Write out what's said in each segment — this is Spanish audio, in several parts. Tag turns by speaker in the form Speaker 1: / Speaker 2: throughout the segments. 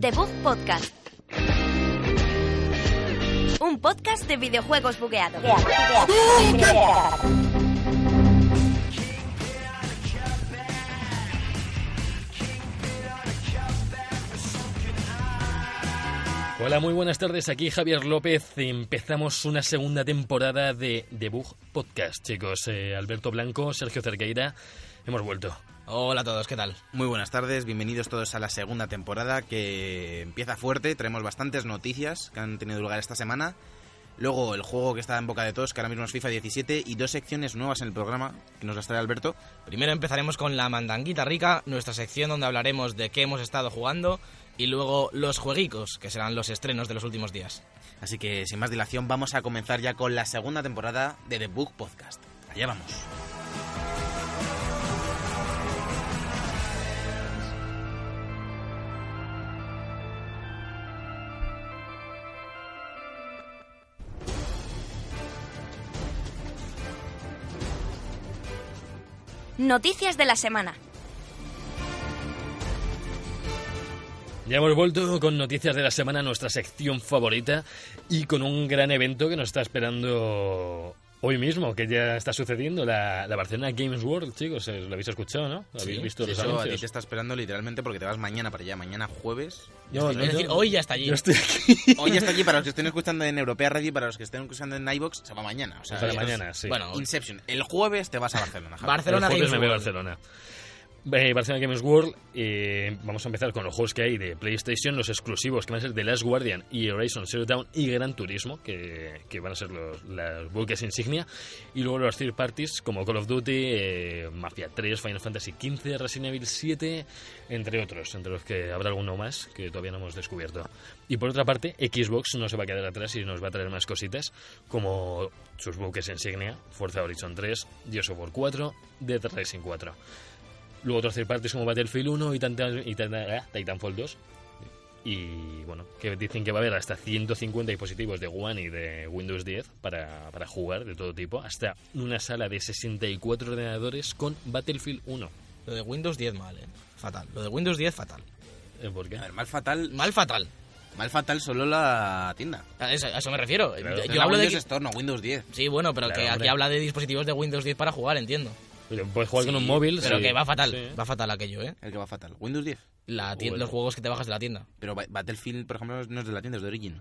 Speaker 1: The Bug Podcast. Un podcast de videojuegos bugueado.
Speaker 2: Hola, muy buenas tardes. Aquí Javier López. Empezamos una segunda temporada de Debug Podcast, chicos. Eh, Alberto Blanco, Sergio Cerqueira, hemos vuelto.
Speaker 3: Hola a todos, ¿qué tal? Muy buenas tardes, bienvenidos todos a la segunda temporada que empieza fuerte, traemos bastantes noticias que han tenido lugar esta semana. Luego el juego que está en boca de todos, que ahora mismo es FIFA 17, y dos secciones nuevas en el programa que nos las trae Alberto.
Speaker 4: Primero empezaremos con la mandanguita rica, nuestra sección donde hablaremos de qué hemos estado jugando y luego los jueguicos, que serán los estrenos de los últimos días.
Speaker 3: Así que sin más dilación vamos a comenzar ya con la segunda temporada de The Book Podcast. Allá vamos.
Speaker 1: Noticias de la semana.
Speaker 2: Ya hemos vuelto con noticias de la semana, nuestra sección favorita, y con un gran evento que nos está esperando hoy mismo, que ya está sucediendo, la, la Barcelona Games World, chicos. Eh, Lo habéis escuchado, ¿no? ¿Lo habéis
Speaker 3: Sí,
Speaker 2: visto
Speaker 3: sí,
Speaker 2: los
Speaker 3: eso a ti
Speaker 2: anuncios?
Speaker 3: te está esperando literalmente porque te vas Pues mañana para allá, mañana jueves.
Speaker 2: Yo, no,
Speaker 4: Es decir,
Speaker 2: yo-
Speaker 4: hoy ya está allí.
Speaker 2: yo estoy aquí.
Speaker 3: Hoy está allí para los que estén escuchando en Europea Radio y para los que estén escuchando en iBox, se va mañana. O sea,
Speaker 2: Para
Speaker 3: esto es-
Speaker 2: mañana, sí.
Speaker 4: Bueno,
Speaker 3: Inception. El jueves te vas a Barcelona. Javi.
Speaker 4: Barcelona.
Speaker 2: El jueves
Speaker 4: Games
Speaker 2: me voy a
Speaker 4: World.
Speaker 2: Barcelona. Eh, Barcelona Games World, eh, vamos a empezar con los juegos que hay de PlayStation, los exclusivos que van a ser The Last Guardian y Horizon Zero Dawn y Gran Turismo, que, que van a ser los, las buques insignia, y luego los third parties como Call of Duty, eh, Mafia 3, Final Fantasy XV, Resident Evil 7, entre otros, entre los que habrá alguno más que todavía no hemos descubierto. Y por otra parte, Xbox no se va a quedar atrás y nos va a traer más cositas como sus buques insignia, Forza Horizon 3, Gears of War 4, Dead Rising 4. Luego otros third parties como Battlefield 1 y, tanta- y tanta- Titanfall 2. Y bueno, que dicen que va a haber hasta 150 dispositivos de One y de Windows 10 para, para jugar de todo tipo, hasta una sala de 64 ordenadores con Battlefield 1.
Speaker 4: lo de Windows 10 mal, ¿eh? Fatal. Lo de Windows 10 fatal.
Speaker 2: Eh, ¿Por qué?
Speaker 3: A ver, mal fatal,
Speaker 4: Mal fatal.
Speaker 3: mal fatal solo la tienda.
Speaker 4: A eso, a eso me refiero.
Speaker 2: Claro.
Speaker 4: Yo-
Speaker 3: Yo
Speaker 4: Yo hablo de...
Speaker 3: Windows Store, no Windows 10.
Speaker 4: que- Sí, bueno, pero
Speaker 2: Claro,
Speaker 4: que aquí
Speaker 2: hombre.
Speaker 4: habla de dispositivos de Windows 10 para jugar, entiendo.
Speaker 2: Pero Puedes jugar con
Speaker 4: Sí,
Speaker 2: un móvil.
Speaker 4: Pero
Speaker 2: sí.
Speaker 4: que va fatal.
Speaker 2: Sí.
Speaker 4: Va fatal aquello, ¿eh?
Speaker 3: El que va fatal. Windows 10.
Speaker 4: La tien-
Speaker 2: Bueno.
Speaker 4: Los juegos que te bajas de la tienda.
Speaker 3: Pero Ba- Battlefield, por ejemplo, no es de la tienda, es de Origin.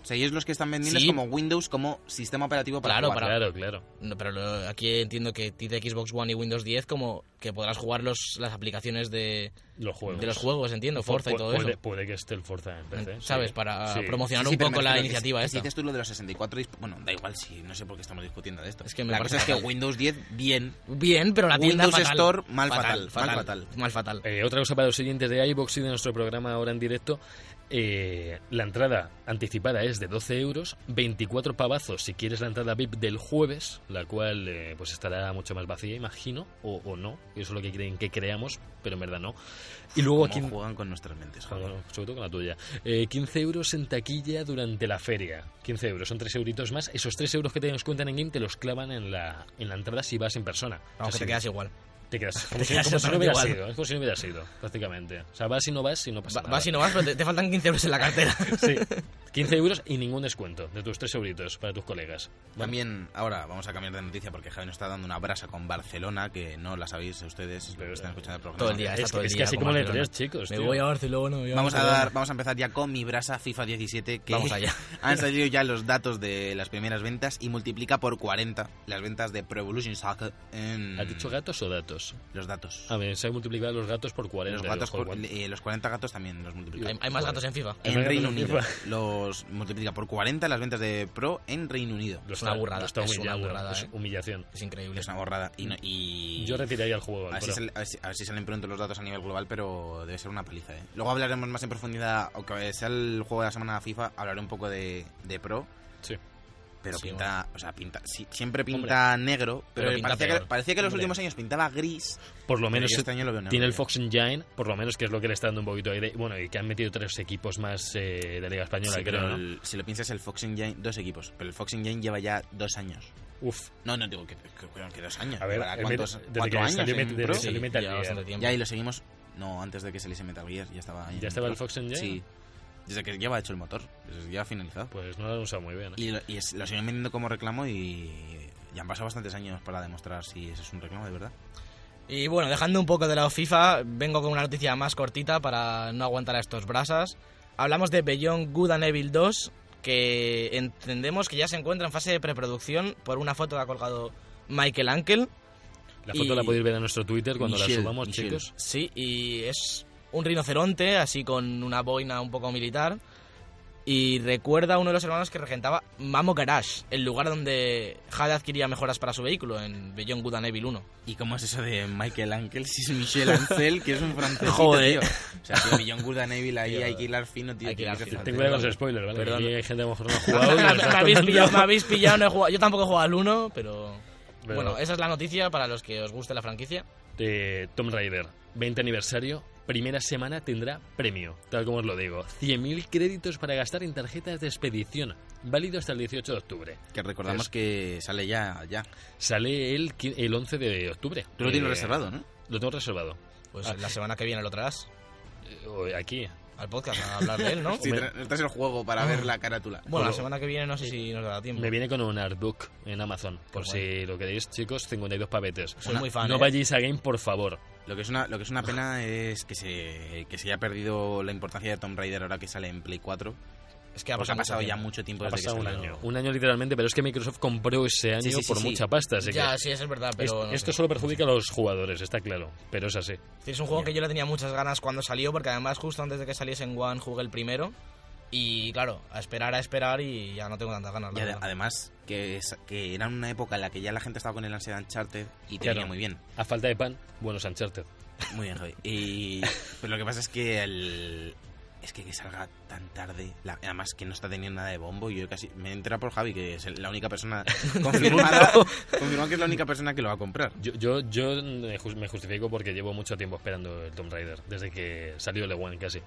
Speaker 3: O sea, ellos los que están vendiendo
Speaker 4: Sí.
Speaker 3: es como Windows como sistema operativo para
Speaker 4: Claro,
Speaker 3: jugar.
Speaker 4: para-
Speaker 2: Ah, Claro, claro.
Speaker 4: No, pero lo- aquí entiendo que tiene Xbox One y Windows 10 como que podrás jugar los, las aplicaciones de,
Speaker 2: Los juegos. Pues
Speaker 4: de los juegos, entiendo, Forza y todo
Speaker 2: puede,
Speaker 4: eso.
Speaker 2: Puede que esté el Forza en PC.
Speaker 4: ¿Sabes?
Speaker 2: sí.
Speaker 4: Para
Speaker 2: Sí.
Speaker 4: promocionar
Speaker 3: Sí, sí,
Speaker 4: un
Speaker 3: pero
Speaker 4: poco
Speaker 3: me
Speaker 4: la
Speaker 3: refiero que
Speaker 4: iniciativa
Speaker 3: si-
Speaker 4: esta.
Speaker 3: Si dices tú lo de los 64 disp- Bueno, da igual si no sé por qué estamos discutiendo de esto.
Speaker 4: Es que me
Speaker 3: la
Speaker 4: parece
Speaker 3: cosa es que
Speaker 4: fatal.
Speaker 3: Windows 10, bien.
Speaker 4: Bien, pero la tienda
Speaker 3: Windows
Speaker 4: fatal.
Speaker 3: Store, mal fatal, mal fatal.
Speaker 4: mal fatal.
Speaker 2: Eh, otra cosa para los siguientes de iBox y de nuestro programa ahora en directo. eh, la entrada anticipada es de 12 euros, 24 pavazos si quieres la entrada VIP del jueves, la cual eh, pues estará mucho más vacía, imagino, o, o no. Eso es lo que creen que creamos, pero en verdad no. Y luego
Speaker 3: Como
Speaker 2: aquí...
Speaker 3: juegan con nuestras mentes.
Speaker 2: Con-
Speaker 3: joder.
Speaker 2: sobre todo con la tuya. Eh, 15 euros en taquilla durante la feria. 15 euros, son 3 euritos más. Esos 3 euros que te descuentan en game te los clavan en la, en la entrada si vas en persona. O sea,
Speaker 4: Aunque
Speaker 2: si-
Speaker 4: te quedas igual.
Speaker 2: te quedas como, si, como
Speaker 4: quedas
Speaker 2: si no
Speaker 4: exactamente
Speaker 2: hubiera
Speaker 4: igual.
Speaker 2: sido. Es como si no hubiera sido, prácticamente. O sea, vas y no vas y no pasa
Speaker 4: Va-
Speaker 2: nada.
Speaker 4: vas y no vas, pero te, te faltan 15 euros en la cartera.
Speaker 2: Sí. 15 euros y ningún descuento de tus 3 euritos para tus colegas.
Speaker 3: También, ahora vamos a cambiar de noticia porque Javi nos está dando una brasa con Barcelona que no la sabéis ustedes, pero están escuchando el programa.
Speaker 4: todo el día, está
Speaker 2: es-
Speaker 4: todo el
Speaker 2: es que
Speaker 4: día
Speaker 2: así
Speaker 4: con
Speaker 2: como le
Speaker 4: Barcelona.
Speaker 2: tres, chicos,
Speaker 4: Me
Speaker 2: tío.
Speaker 4: voy a Barcelona. voy
Speaker 3: Vamos a
Speaker 4: Barcelona.
Speaker 3: dar, vamos a empezar ya con mi brasa FIFA 17 que
Speaker 4: Vamos allá.
Speaker 3: han salido ya los datos de las primeras ventas y multiplica por 40 las ventas de Pro Evolution Soccer en
Speaker 2: ¿Has
Speaker 4: Mm.
Speaker 2: dicho gatos o datos?
Speaker 3: los datos.
Speaker 2: A ver, se han multiplicado los gatos por 40.
Speaker 3: los
Speaker 2: en el
Speaker 3: gatos
Speaker 2: juego.
Speaker 3: por- eh, los 40 gatos también los multiplica.
Speaker 4: Hay, hay más gatos en FIFA.
Speaker 2: hay
Speaker 3: en
Speaker 2: más
Speaker 3: Reino
Speaker 2: gatos en
Speaker 3: Unido
Speaker 2: FIFA.
Speaker 3: los multiplica por 40 las ventas de Pro en Reino Unido.
Speaker 2: Lo
Speaker 4: Es una
Speaker 2: está-
Speaker 4: burrada,
Speaker 2: lo está
Speaker 4: es una
Speaker 2: humillando,
Speaker 4: burrada,
Speaker 2: es
Speaker 4: eh.
Speaker 2: humillación.
Speaker 4: Es increíble.
Speaker 3: Es una borrada y, no- y-
Speaker 2: Yo retiraría el juego.
Speaker 3: a ver, si
Speaker 2: pero-
Speaker 3: sale- a ver si- a ver si salen pronto los datos a nivel global, pero debe ser una paliza. ¿eh? Luego hablaremos más en profundidad, aunque sea el juego de la semana FIFA, hablaré un poco de, de Pro.
Speaker 2: Sí. Eh,
Speaker 3: Pero
Speaker 4: Sí,
Speaker 3: pinta, o sea, pinta, sí, siempre pinta negro, pero,
Speaker 4: Pero pinta
Speaker 3: parecía, que,
Speaker 4: peor.
Speaker 3: parecía que los
Speaker 4: Hombre.
Speaker 3: últimos años pintaba gris.
Speaker 2: Por lo
Speaker 3: pero
Speaker 2: menos
Speaker 3: yo este año lo veo negro
Speaker 2: tiene el
Speaker 3: ya.
Speaker 2: Fox Engine, por lo menos que es lo que le está dando un poquito de aire. Bueno, y que han metido tres equipos más eh, de Liga Española,
Speaker 3: Sí,
Speaker 2: creo,
Speaker 3: pero
Speaker 2: ¿no?
Speaker 3: el- si lo piensas, el Fox Engine, dos equipos, pero el Fox Engine lleva ya dos años.
Speaker 2: Uf,
Speaker 3: No, no digo que, que, que dos años.
Speaker 2: a ver,
Speaker 3: ¿Para
Speaker 2: el
Speaker 3: ¿cuántos,
Speaker 2: Met- desde
Speaker 3: cuatro
Speaker 2: que
Speaker 3: años
Speaker 2: salió,
Speaker 3: en
Speaker 2: Met- desde
Speaker 3: Pro?
Speaker 2: que salió
Speaker 3: Sí.
Speaker 2: Metal
Speaker 4: lleva
Speaker 2: Gear.
Speaker 4: bastante tiempo.
Speaker 3: Ya, y lo seguimos. No, antes de que se le Metal Gear, ya estaba. ahí
Speaker 2: ¿Ya
Speaker 3: en
Speaker 2: estaba el
Speaker 3: Pro.
Speaker 2: Fox Engine?
Speaker 3: Sí. Desde que lleva hecho el motor, desde que ya ha finalizado.
Speaker 2: Pues no lo han usado muy bien. ¿eh?
Speaker 3: Y, lo, y es- lo siguen vendiendo como reclamo y ya han pasado bastantes años para demostrar si ese es un reclamo de verdad.
Speaker 4: Y bueno, dejando un poco de lado FIFA, vengo con una noticia más cortita para no aguantar a estos brasas. Hablamos de Beyond Good and Evil 2, que entendemos que ya se encuentra en fase de preproducción por una foto que ha colgado Michael Ankel.
Speaker 2: La foto
Speaker 4: y-
Speaker 2: la podéis ver en nuestro Twitter cuando la
Speaker 3: Michelle,
Speaker 2: subamos,
Speaker 3: Michelle.
Speaker 2: chicos.
Speaker 4: Sí, y es un rinoceronte, así con una boina un poco militar. Y recuerda a uno de los hermanos que regentaba Mamo Garage, el lugar donde Jade adquiría mejoras para su vehículo en Beyond Good and Evil 1.
Speaker 3: ¿Y cómo es eso de Michael Ankel si es Michel Ancel, que es un francés? Tío?
Speaker 4: Joder.
Speaker 3: O sea, tío, Beyond Good and Evil ahí
Speaker 4: Tío,
Speaker 3: hay que hilar fino, tío.
Speaker 4: hay que
Speaker 3: tiene
Speaker 4: hilar
Speaker 3: ser
Speaker 4: fino.
Speaker 3: francés.
Speaker 2: Ten cuidado con los spoilers, ¿vale?
Speaker 4: Perdón.
Speaker 2: Aquí hay gente que a lo mejor no ha jugado. y nos
Speaker 4: me,
Speaker 2: estás
Speaker 4: habéis
Speaker 2: contando.
Speaker 4: pillado, me habéis pillado, no he jugado. Yo tampoco he jugado al 1, pero...
Speaker 2: Pero-
Speaker 4: Bueno, esa es la noticia para los que os guste la franquicia.
Speaker 2: de eh, Tomb Raider, 20 aniversario, primera semana tendrá premio, tal como os lo digo. 100.000 créditos para gastar en tarjetas de expedición, válido hasta el 18 de octubre.
Speaker 3: Que recordamos
Speaker 2: Es-
Speaker 3: que sale ya, ya.
Speaker 2: Sale el, qui- el 11 de octubre.
Speaker 3: Tú lo tienes
Speaker 2: Eh,
Speaker 3: reservado, ¿no?
Speaker 2: Lo tengo reservado.
Speaker 4: Pues
Speaker 2: Ah.
Speaker 4: la semana que viene lo traerás
Speaker 2: Eh, o- Aquí.
Speaker 4: al podcast a hablar de él, ¿no?
Speaker 3: Sí,
Speaker 2: me-
Speaker 3: tra- traes el juego para ver la carátula.
Speaker 4: Bueno, la
Speaker 2: Pero-
Speaker 4: semana que viene no sé si nos dará tiempo.
Speaker 2: Me viene con un artbook en Amazon, por
Speaker 4: Qué
Speaker 2: si lo queréis, chicos, 52 pavetes.
Speaker 4: Soy muy fan.
Speaker 2: No
Speaker 4: ¿eh?
Speaker 2: vayáis a Game, por favor.
Speaker 3: Lo que es una, lo que es una pena es que se, que se haya perdido la importancia de Tomb Raider ahora que sale en Play 4.
Speaker 4: Es que ha
Speaker 3: Porque
Speaker 4: pasado,
Speaker 3: ha pasado ya
Speaker 4: tiempo.
Speaker 3: mucho tiempo
Speaker 2: Pues Ha
Speaker 3: desde que
Speaker 2: pasado un
Speaker 3: salió.
Speaker 2: Pues año. Un año literalmente, pero es que Microsoft compró ese año
Speaker 3: Sí, sí, sí,
Speaker 2: por
Speaker 3: sí.
Speaker 2: mucha pasta, así
Speaker 4: Ya,
Speaker 2: que...
Speaker 4: sí, eso es verdad,
Speaker 2: es-
Speaker 4: pero... no
Speaker 2: esto
Speaker 4: sé.
Speaker 2: solo perjudica a los jugadores, está claro, pero es así.
Speaker 4: Sí, Es un juego que yo le tenía muchas ganas cuando salió, porque además justo antes de que saliese en One jugué el primero. Y claro, a esperar, a esperar y ya no tengo tantas ganas.
Speaker 3: Y
Speaker 4: la
Speaker 3: ade-
Speaker 4: verdad.
Speaker 3: además, que, es- que era una época en la que ya la gente estaba con el ansia de Uncharted y te
Speaker 2: Claro.
Speaker 3: venía muy bien.
Speaker 2: A falta de pan, buenos Uncharted.
Speaker 3: Muy bien, Javi. Y pero lo que pasa es que el es que, que salga tan tarde, la- además que no está teniendo nada de bombo, yo casi me he enterado por Javi que es la única persona confirmada, confirmado que es la única persona que lo va a comprar.
Speaker 2: Yo, yo, yo me jus- me justifico porque llevo mucho tiempo esperando el Tomb Raider, desde que salió el One casi.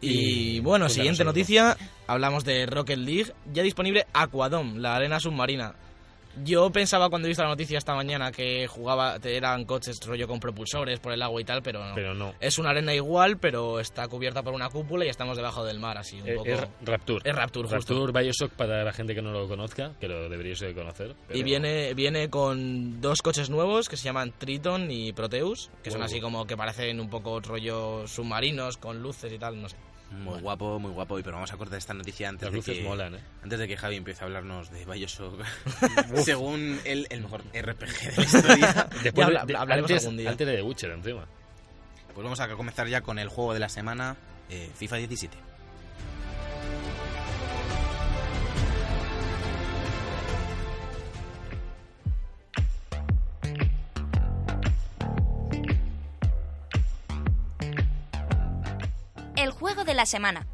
Speaker 4: Y bueno,
Speaker 2: Cuéntanos
Speaker 4: siguiente
Speaker 2: algo.
Speaker 4: noticia, hablamos de Rocket League, ya disponible Aquadome, la arena submarina. Yo pensaba cuando he visto la noticia esta mañana que jugaba, te- eran coches rollo con propulsores por el agua y tal, pero no.
Speaker 2: Pero no.
Speaker 4: Es una arena igual, pero está cubierta por una cúpula y estamos debajo del mar, así un
Speaker 2: Eh,
Speaker 4: poco...
Speaker 2: Es Rapture.
Speaker 4: es Rapture, justo.
Speaker 2: Rapture Bioshock para la gente que no lo conozca, que lo deberíais de conocer. pero-
Speaker 4: Y viene, viene con dos coches nuevos que se llaman Triton y Proteus, que son
Speaker 2: Wow.
Speaker 4: así como que parecen un poco rollo submarinos con luces y tal, no sé.
Speaker 3: Muy guapo, muy guapo, y pero vamos a cortar esta noticia antes
Speaker 2: Las
Speaker 3: de
Speaker 2: luces
Speaker 3: que
Speaker 2: molan, ¿eh?
Speaker 3: antes de que Javi empiece a hablarnos de Bioshock, según él el mejor RPG de la historia.
Speaker 2: Después
Speaker 4: habla-
Speaker 2: de- de-
Speaker 4: hablaremos
Speaker 2: antes,
Speaker 4: algún día.
Speaker 2: antes de The Witcher, encima.
Speaker 3: Pues vamos a comenzar ya con el juego de la semana, eh, FIFA 17.
Speaker 1: El juego de la semana.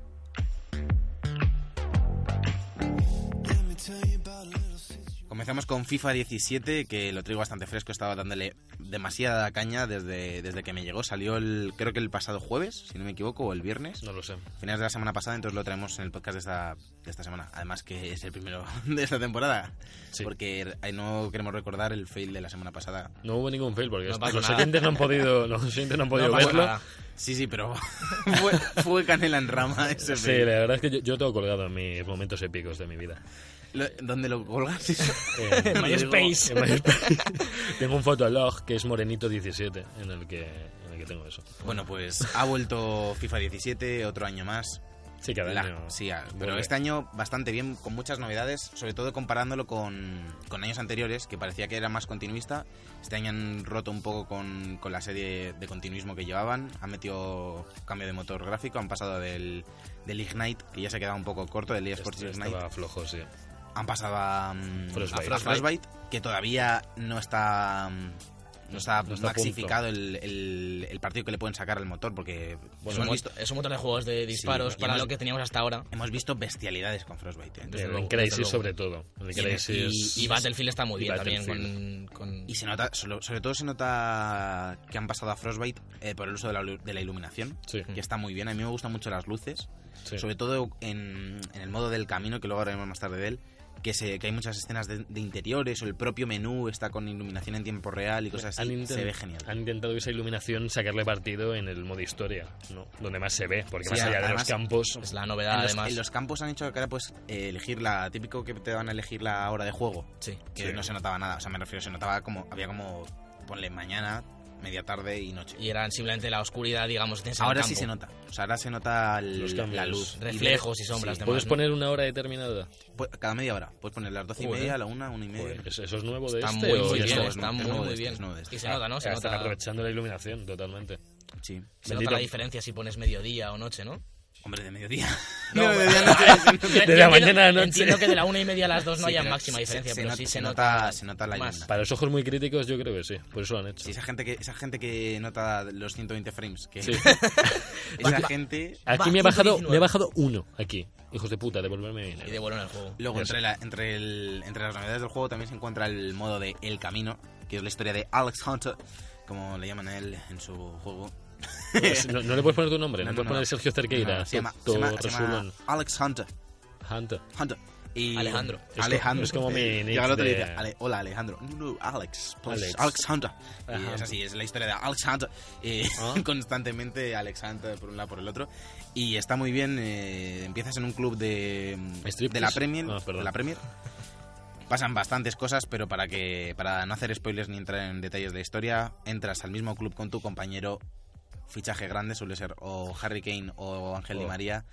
Speaker 3: Comenzamos con FIFA 17, que lo traigo bastante fresco, estaba dándole demasiada caña desde, desde que me llegó. Salió el, creo que el pasado jueves, si no me equivoco, o el viernes.
Speaker 2: No lo sé.
Speaker 3: Finales de la semana pasada, entonces lo traemos en el podcast de esta, de esta semana. Además que es el primero de esta temporada.
Speaker 2: Sí.
Speaker 3: Porque ahí no queremos recordar el fail de la semana pasada.
Speaker 2: No hubo ningún fail porque
Speaker 4: No
Speaker 2: es-
Speaker 4: pasa
Speaker 2: los
Speaker 4: nada.
Speaker 2: oyentes no han podido, los oyentes no han podido
Speaker 4: No pasa
Speaker 2: verlo.
Speaker 4: nada.
Speaker 3: Sí, sí, pero fue, fue canela en rama ese
Speaker 2: Sí,
Speaker 3: fail.
Speaker 2: la verdad es que yo, yo tengo colgado en mis momentos épicos de mi vida.
Speaker 3: Lo- ¿Dónde lo colgas?
Speaker 2: Eh,
Speaker 4: En MySpace.
Speaker 2: en MySpace. tengo un fotolog que es Morenito17 en el que, en el que tengo eso.
Speaker 3: bueno, pues ha vuelto FIFA 17 otro año más.
Speaker 2: Sí, cada
Speaker 3: La-
Speaker 2: año.
Speaker 3: sí, a- pero
Speaker 2: vuelve.
Speaker 3: este año bastante bien, con muchas novedades, sobre todo comparándolo con, con años anteriores, que parecía que era más continuista. Este año han roto un poco con, con la serie de continuismo que llevaban, han metido cambio de motor gráfico, han pasado del, del Ignite, que ya se quedaba un poco corto, del
Speaker 2: Este
Speaker 3: eSports Ignite,
Speaker 2: estaba flojo, sí.
Speaker 3: han pasado a, mm,
Speaker 2: Frostbite.
Speaker 3: a Frostbite, que todavía no está... mm, No está,
Speaker 2: No está a
Speaker 3: maxificado el, el- el partido que le pueden sacar al motor, porque
Speaker 2: Bueno,
Speaker 3: hemos,
Speaker 2: hemos-
Speaker 3: visto,
Speaker 4: Es un montón de juegos de disparos
Speaker 3: y
Speaker 4: para
Speaker 3: además-
Speaker 4: lo que teníamos hasta ahora.
Speaker 3: hemos visto bestialidades con Frostbite. ¿eh?
Speaker 4: Desde
Speaker 2: en
Speaker 4: luego,
Speaker 2: Crisis,
Speaker 4: desde luego.
Speaker 2: sobre todo. En
Speaker 4: Y,
Speaker 2: Crisis-
Speaker 4: y Battlefield está muy
Speaker 2: y
Speaker 4: bien también con,
Speaker 2: Battlefield.
Speaker 4: con-
Speaker 3: Y se nota, solo- sobre todo se nota que han pasado a Frostbite eh, por el uso de la, lu- de la iluminación,
Speaker 2: Sí.
Speaker 3: que está muy bien. A mí me gustan mucho las luces,
Speaker 2: Mm. Sí.
Speaker 3: sobre todo pues, en, en el modo del camino, que luego hablaremos más tarde de él, que, se, que hay muchas escenas de, de interiores o el propio menú está con iluminación en tiempo real y cosas
Speaker 2: Han
Speaker 3: así.
Speaker 2: inten-
Speaker 3: Se ve genial.
Speaker 2: Han intentado esa iluminación sacarle partido en el modo historia, ¿no? Donde más se ve, porque
Speaker 3: Sí,
Speaker 2: más allá de
Speaker 3: además-
Speaker 2: los campos...
Speaker 4: es la
Speaker 3: En
Speaker 4: novedad
Speaker 3: los,
Speaker 4: además.
Speaker 3: en los campos han hecho que ahora puedes eh, elegir la típico que te van a elegir la hora de juego,
Speaker 4: Sí.
Speaker 3: que
Speaker 2: Sí.
Speaker 3: no se notaba nada. O sea, me refiero, se notaba como, había como, ponle mañana, media tarde y noche.
Speaker 4: Y eran simplemente la oscuridad, digamos, que tienes en el
Speaker 3: Ahora sí
Speaker 4: campo.
Speaker 3: se nota. O sea, ahora se nota el-
Speaker 2: Los cambios.
Speaker 3: la luz.
Speaker 4: Reflejos y sombras de-
Speaker 2: ¿Puedes
Speaker 4: ¿no?
Speaker 2: poner una hora determinada?
Speaker 3: Pu- Cada media hora. Puedes poner las doce y
Speaker 2: Joder.
Speaker 3: media, la una, una y media.
Speaker 2: Joder, ¿Eso eso es nuevo de
Speaker 4: Está
Speaker 2: este?
Speaker 4: muy,
Speaker 2: o
Speaker 4: muy
Speaker 2: ya
Speaker 4: bien,
Speaker 2: está?
Speaker 3: es
Speaker 4: está
Speaker 3: nuevo,
Speaker 4: muy,
Speaker 3: es nuevo
Speaker 4: muy
Speaker 3: de este,
Speaker 4: bien.
Speaker 3: es nuevo de este.
Speaker 4: Y se nota, ¿no? Se
Speaker 2: Ah, Están
Speaker 4: nota,
Speaker 2: aprovechando la iluminación totalmente.
Speaker 3: Sí.
Speaker 4: se nota
Speaker 2: Bendito.
Speaker 4: la diferencia si pones mediodía o noche, ¿no?
Speaker 3: Hombre, de mediodía.
Speaker 4: No,
Speaker 3: de
Speaker 2: De la mañana a la noche.
Speaker 4: Entiendo que de la una y media a las dos no
Speaker 3: Sí,
Speaker 4: haya
Speaker 3: pero
Speaker 4: máxima
Speaker 3: se-
Speaker 4: diferencia,
Speaker 3: se
Speaker 4: pero
Speaker 3: nota-
Speaker 4: sí
Speaker 3: se
Speaker 4: se
Speaker 3: nota-
Speaker 4: nota.
Speaker 3: se nota la
Speaker 4: más.
Speaker 3: iluminación.
Speaker 2: Para los ojos muy críticos, yo creo que sí. Por eso lo han hecho.
Speaker 3: Sí, esa gente que esa gente que nota los 120 frames, que
Speaker 2: Sí.
Speaker 3: esa gente
Speaker 2: Aquí
Speaker 4: Va,
Speaker 2: me ha, bajado,
Speaker 4: 119.
Speaker 2: me ha bajado uno. Aquí. Hijos de puta, devolverme mi
Speaker 4: Y
Speaker 2: dinero.
Speaker 4: de bueno en el juego.
Speaker 3: luego
Speaker 2: Ya
Speaker 3: entre la- entre el- entre las novedades del juego también se encuentra el modo de El Camino, que es la historia de Alex Hunter, como le llaman a él en su juego.
Speaker 2: Pues, no, no le puedes poner tu nombre, no,
Speaker 3: No,
Speaker 2: puedes
Speaker 3: no,
Speaker 2: poner
Speaker 3: no.
Speaker 2: Sergio Cerqueira.
Speaker 3: No, se llama,
Speaker 2: Toto
Speaker 3: se llama- se llama
Speaker 2: Resulón,
Speaker 3: Alex Hunter.
Speaker 2: Hunter.
Speaker 3: Hunter. Y
Speaker 4: Alejandro.
Speaker 2: Es co-
Speaker 3: Alejandro.
Speaker 2: es como mi
Speaker 3: Eh,
Speaker 2: nick
Speaker 3: Y ahora te
Speaker 2: de-
Speaker 3: dice, "Ale- hola Alejandro. No, no, Alex. pues,
Speaker 2: Alex.
Speaker 3: Alex. Hunter. Y
Speaker 2: Ajá. Ah.
Speaker 3: es así, es la historia de Alex Hunter. eh, Constantemente Alex Hunter por un lado por el otro. Y está muy bien. eh, empiezas en un club de, mm,
Speaker 2: Striptease.
Speaker 3: de la Premier.
Speaker 2: Ah, perdón.
Speaker 3: de la Premier. Pasan bastantes cosas, pero para que para no hacer spoilers ni entrar en detalles de historia, entras al mismo club con tu compañero. Fichaje grande suele ser o Harry Kane o Ángel Di
Speaker 2: Oh.
Speaker 3: María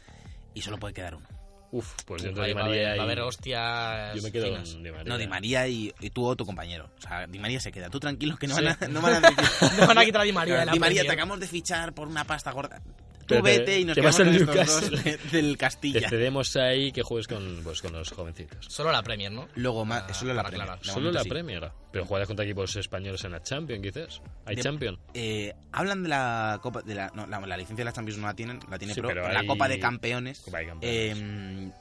Speaker 3: y solo puede quedar uno.
Speaker 2: Uf, pues dentro
Speaker 4: Ahí
Speaker 2: de
Speaker 4: va, a haber-
Speaker 2: María.
Speaker 4: va a
Speaker 2: y-
Speaker 4: haber hostias.
Speaker 2: Yo me quedo
Speaker 4: finas.
Speaker 2: con Di María.
Speaker 3: No, Di María y, y tú o tu compañero. O sea, Di María se queda. Tú tranquilo que no
Speaker 2: Sí.
Speaker 3: van a, no van a decir-
Speaker 4: No van a quitar a Di María de la
Speaker 3: Di María,
Speaker 4: Premier.
Speaker 3: te acabamos de fichar por una pasta gorda. Tú
Speaker 2: Pero te-
Speaker 3: vete y nos
Speaker 2: te vas
Speaker 3: quedamos con
Speaker 2: al
Speaker 3: estos dos
Speaker 2: Newcastle. Este
Speaker 3: de- del
Speaker 2: Te
Speaker 3: Castilla.
Speaker 2: cedemos ahí que juegues con, pues, con los jovencitos.
Speaker 4: Solo la Premier, ¿no?
Speaker 3: Luego, más,
Speaker 4: Para-
Speaker 3: solo la
Speaker 4: para
Speaker 3: Premier.
Speaker 4: aclarar.
Speaker 3: De
Speaker 2: Ah, Solo
Speaker 3: momento
Speaker 2: la
Speaker 3: sí.
Speaker 2: Premier. Pero juegas contra equipos españoles en la Champions, quizás. ¿Hay
Speaker 3: De-
Speaker 2: Champions?
Speaker 3: Eh, hablan de la Copa. De la, no, la, la licencia de la Champions no la tienen, la tiene
Speaker 2: Sí,
Speaker 3: Pro.
Speaker 2: pero
Speaker 3: la
Speaker 2: hay-
Speaker 3: Copa de Campeones.
Speaker 2: Copa de Campeones.
Speaker 3: Eh,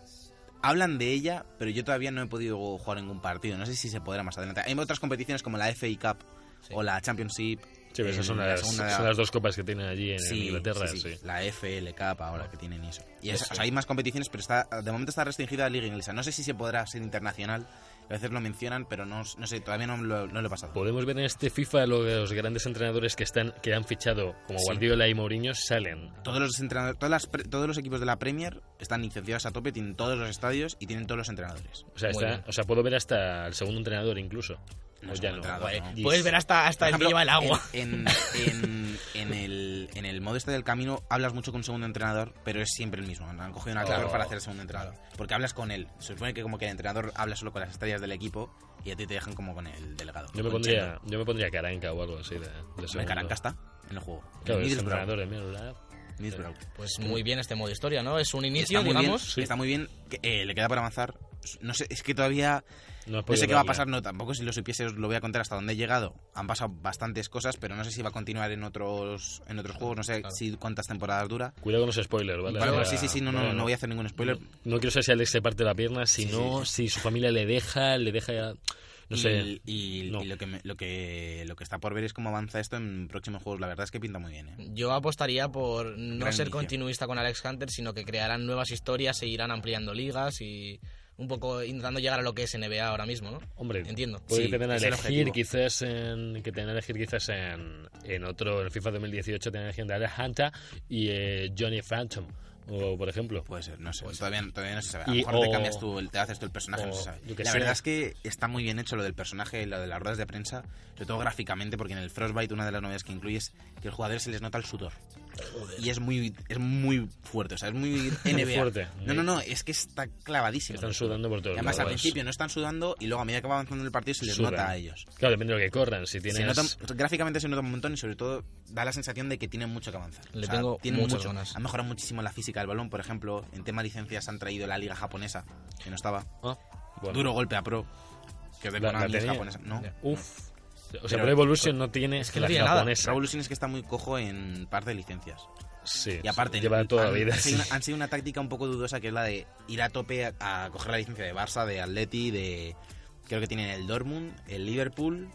Speaker 3: hablan de ella, pero yo todavía no he podido jugar ningún partido. No sé si se podrá más adelante. Hay otras competiciones como la FA Cup
Speaker 4: Sí.
Speaker 3: o la Championship.
Speaker 2: Sí, pero esas son
Speaker 3: en la
Speaker 2: las,
Speaker 3: segunda-
Speaker 2: son las dos copas que tienen allí en Inglaterra. Sí,
Speaker 3: La FL Cup ahora que tienen eso. Y es-
Speaker 2: Sí, sí.
Speaker 3: o sea, hay más competiciones, pero está de momento está restringida a la Liga Inglesa. No sé si se podrá ser internacional. A veces lo mencionan, pero no, no sé, todavía no lo, no lo he pasado.
Speaker 2: Podemos ver en este FIFA lo- los grandes entrenadores que están que han fichado, como Guardiola y Mourinho, salen.
Speaker 3: Todos los, entrenadores, todas las pre- todos los equipos de la Premier están licenciados a tope, tienen todos los estadios y tienen todos los entrenadores.
Speaker 2: O sea,
Speaker 4: Muy
Speaker 2: está-
Speaker 4: bien.
Speaker 2: o sea puedo ver hasta el segundo entrenador incluso. O
Speaker 3: No es
Speaker 2: ya no.
Speaker 3: un entrenador,
Speaker 4: Guay.
Speaker 3: ¿no?
Speaker 2: Y-
Speaker 4: Puedes ver hasta, hasta el que lleva el agua.
Speaker 3: En, en- en el, en el modo este del camino hablas mucho con un segundo entrenador, pero es siempre el mismo. Han cogido un entrenador
Speaker 4: Oh.
Speaker 3: para hacer el segundo entrenador. Porque hablas con él. Se supone que como que el entrenador habla solo con las estrellas del equipo y a ti te dejan como con el delegado.
Speaker 2: Yo me
Speaker 3: con
Speaker 2: pondría,
Speaker 3: Chendo.
Speaker 2: yo me pondría Caranca o algo así de, de
Speaker 3: Hombre,
Speaker 2: segundo.
Speaker 3: Caranca está en el juego.
Speaker 2: Claro, es
Speaker 3: Middlesbrough.
Speaker 2: entrenador de Middlesbrough.
Speaker 3: Middlesbrough.
Speaker 4: Pues muy bien este modo historia, ¿no? Es un inicio,
Speaker 3: Está muy, bien,
Speaker 4: digamos.
Speaker 2: sí.
Speaker 3: está muy bien. que, eh, le queda para avanzar. No sé, es que todavía
Speaker 2: No, has
Speaker 3: No
Speaker 2: podido
Speaker 3: sé qué va a
Speaker 2: verla.
Speaker 3: pasar, no, tampoco si lo supiese os lo voy a contar hasta dónde he llegado. Han pasado bastantes cosas, pero no sé si va a continuar en otros en otros juegos, no sé
Speaker 4: Claro.
Speaker 3: si cuántas temporadas dura.
Speaker 2: Cuidado con los spoilers, ¿vale?
Speaker 3: Pero
Speaker 2: O sea,
Speaker 3: sí, sí, sí, no, no, no voy a hacer ningún spoiler.
Speaker 2: No quiero saber si Alex se parte la pierna, si
Speaker 3: Sí,
Speaker 2: no, si su familia le deja, le deja ya... No sé.
Speaker 3: Y, y-
Speaker 2: no.
Speaker 3: y lo, que me- lo, que, lo que está por ver es cómo avanza esto en próximos juegos. La verdad es que pinta muy bien, ¿eh?
Speaker 4: Yo apostaría por no
Speaker 3: Gran
Speaker 4: ser
Speaker 3: inicio.
Speaker 4: continuista con Alex Hunter, sino que crearán nuevas historias, seguirán ampliando ligas y un poco intentando llegar a lo que es NBA ahora mismo, ¿no?
Speaker 2: Hombre,
Speaker 4: Entiendo.
Speaker 2: puede
Speaker 3: Sí,
Speaker 2: que tengan a
Speaker 3: es el
Speaker 2: elegir
Speaker 3: objetivo.
Speaker 2: quizás en, que tengan a elegir quizás en, en otro, en FIFA 2018 tengan a elegir entre Alex Hunter y eh, Johnny Phantom, o por ejemplo.
Speaker 3: Puede ser, no sé. Todavía, todavía no se sabe. A lo
Speaker 2: Y-
Speaker 3: mejor te
Speaker 2: o-
Speaker 3: cambias tú, el- te haces tú el personaje, no
Speaker 2: o-
Speaker 3: se sabe.
Speaker 2: yo que
Speaker 3: la
Speaker 2: sé.
Speaker 3: verdad es que está muy bien hecho lo del personaje y lo de las ruedas de prensa, sobre todo gráficamente, porque en el Frostbite una de las novedades que incluye es que al jugador se les nota el sudor. Y es muy, es muy fuerte, o sea, es muy NBA.
Speaker 2: fuerte.
Speaker 3: No, no, no, es que está clavadísimo.
Speaker 2: Están sudando por
Speaker 3: Y
Speaker 2: todos
Speaker 3: Además, al
Speaker 2: lados.
Speaker 3: principio no están sudando y luego a medida que va avanzando el partido se les
Speaker 2: Sudan.
Speaker 3: nota a ellos.
Speaker 2: Claro, depende de lo que corran. Si
Speaker 3: Se
Speaker 2: tienes...
Speaker 3: nota- gráficamente se nota un montón y sobre todo da la sensación de que tienen mucho que avanzar.
Speaker 4: Le tengo
Speaker 3: tienen
Speaker 4: muchas
Speaker 3: mucho.
Speaker 4: ganas.
Speaker 3: Han mejorado muchísimo la física del balón, por ejemplo, en tema licencias han traído la liga japonesa, que no estaba.
Speaker 2: Ah, bueno.
Speaker 3: Duro golpe a pro. Que es de
Speaker 2: La-
Speaker 3: Konami,
Speaker 2: la
Speaker 3: es
Speaker 2: tenía.
Speaker 3: japonesa. No,
Speaker 2: Uf. O sea, Pro Evolution no tiene
Speaker 4: que
Speaker 2: la
Speaker 4: no tiene nada.
Speaker 2: japonesa.
Speaker 3: Revolution es que está muy cojo en par de licencias.
Speaker 2: Sí,
Speaker 3: Y aparte,
Speaker 2: lleva
Speaker 3: han-
Speaker 2: toda la
Speaker 3: han,
Speaker 2: vida.
Speaker 3: han
Speaker 2: así.
Speaker 3: sido una- han sido una táctica un poco dudosa que es la de ir a tope a, a coger la licencia de Barça, de Atleti, de. Creo que tienen el Dortmund, el Liverpool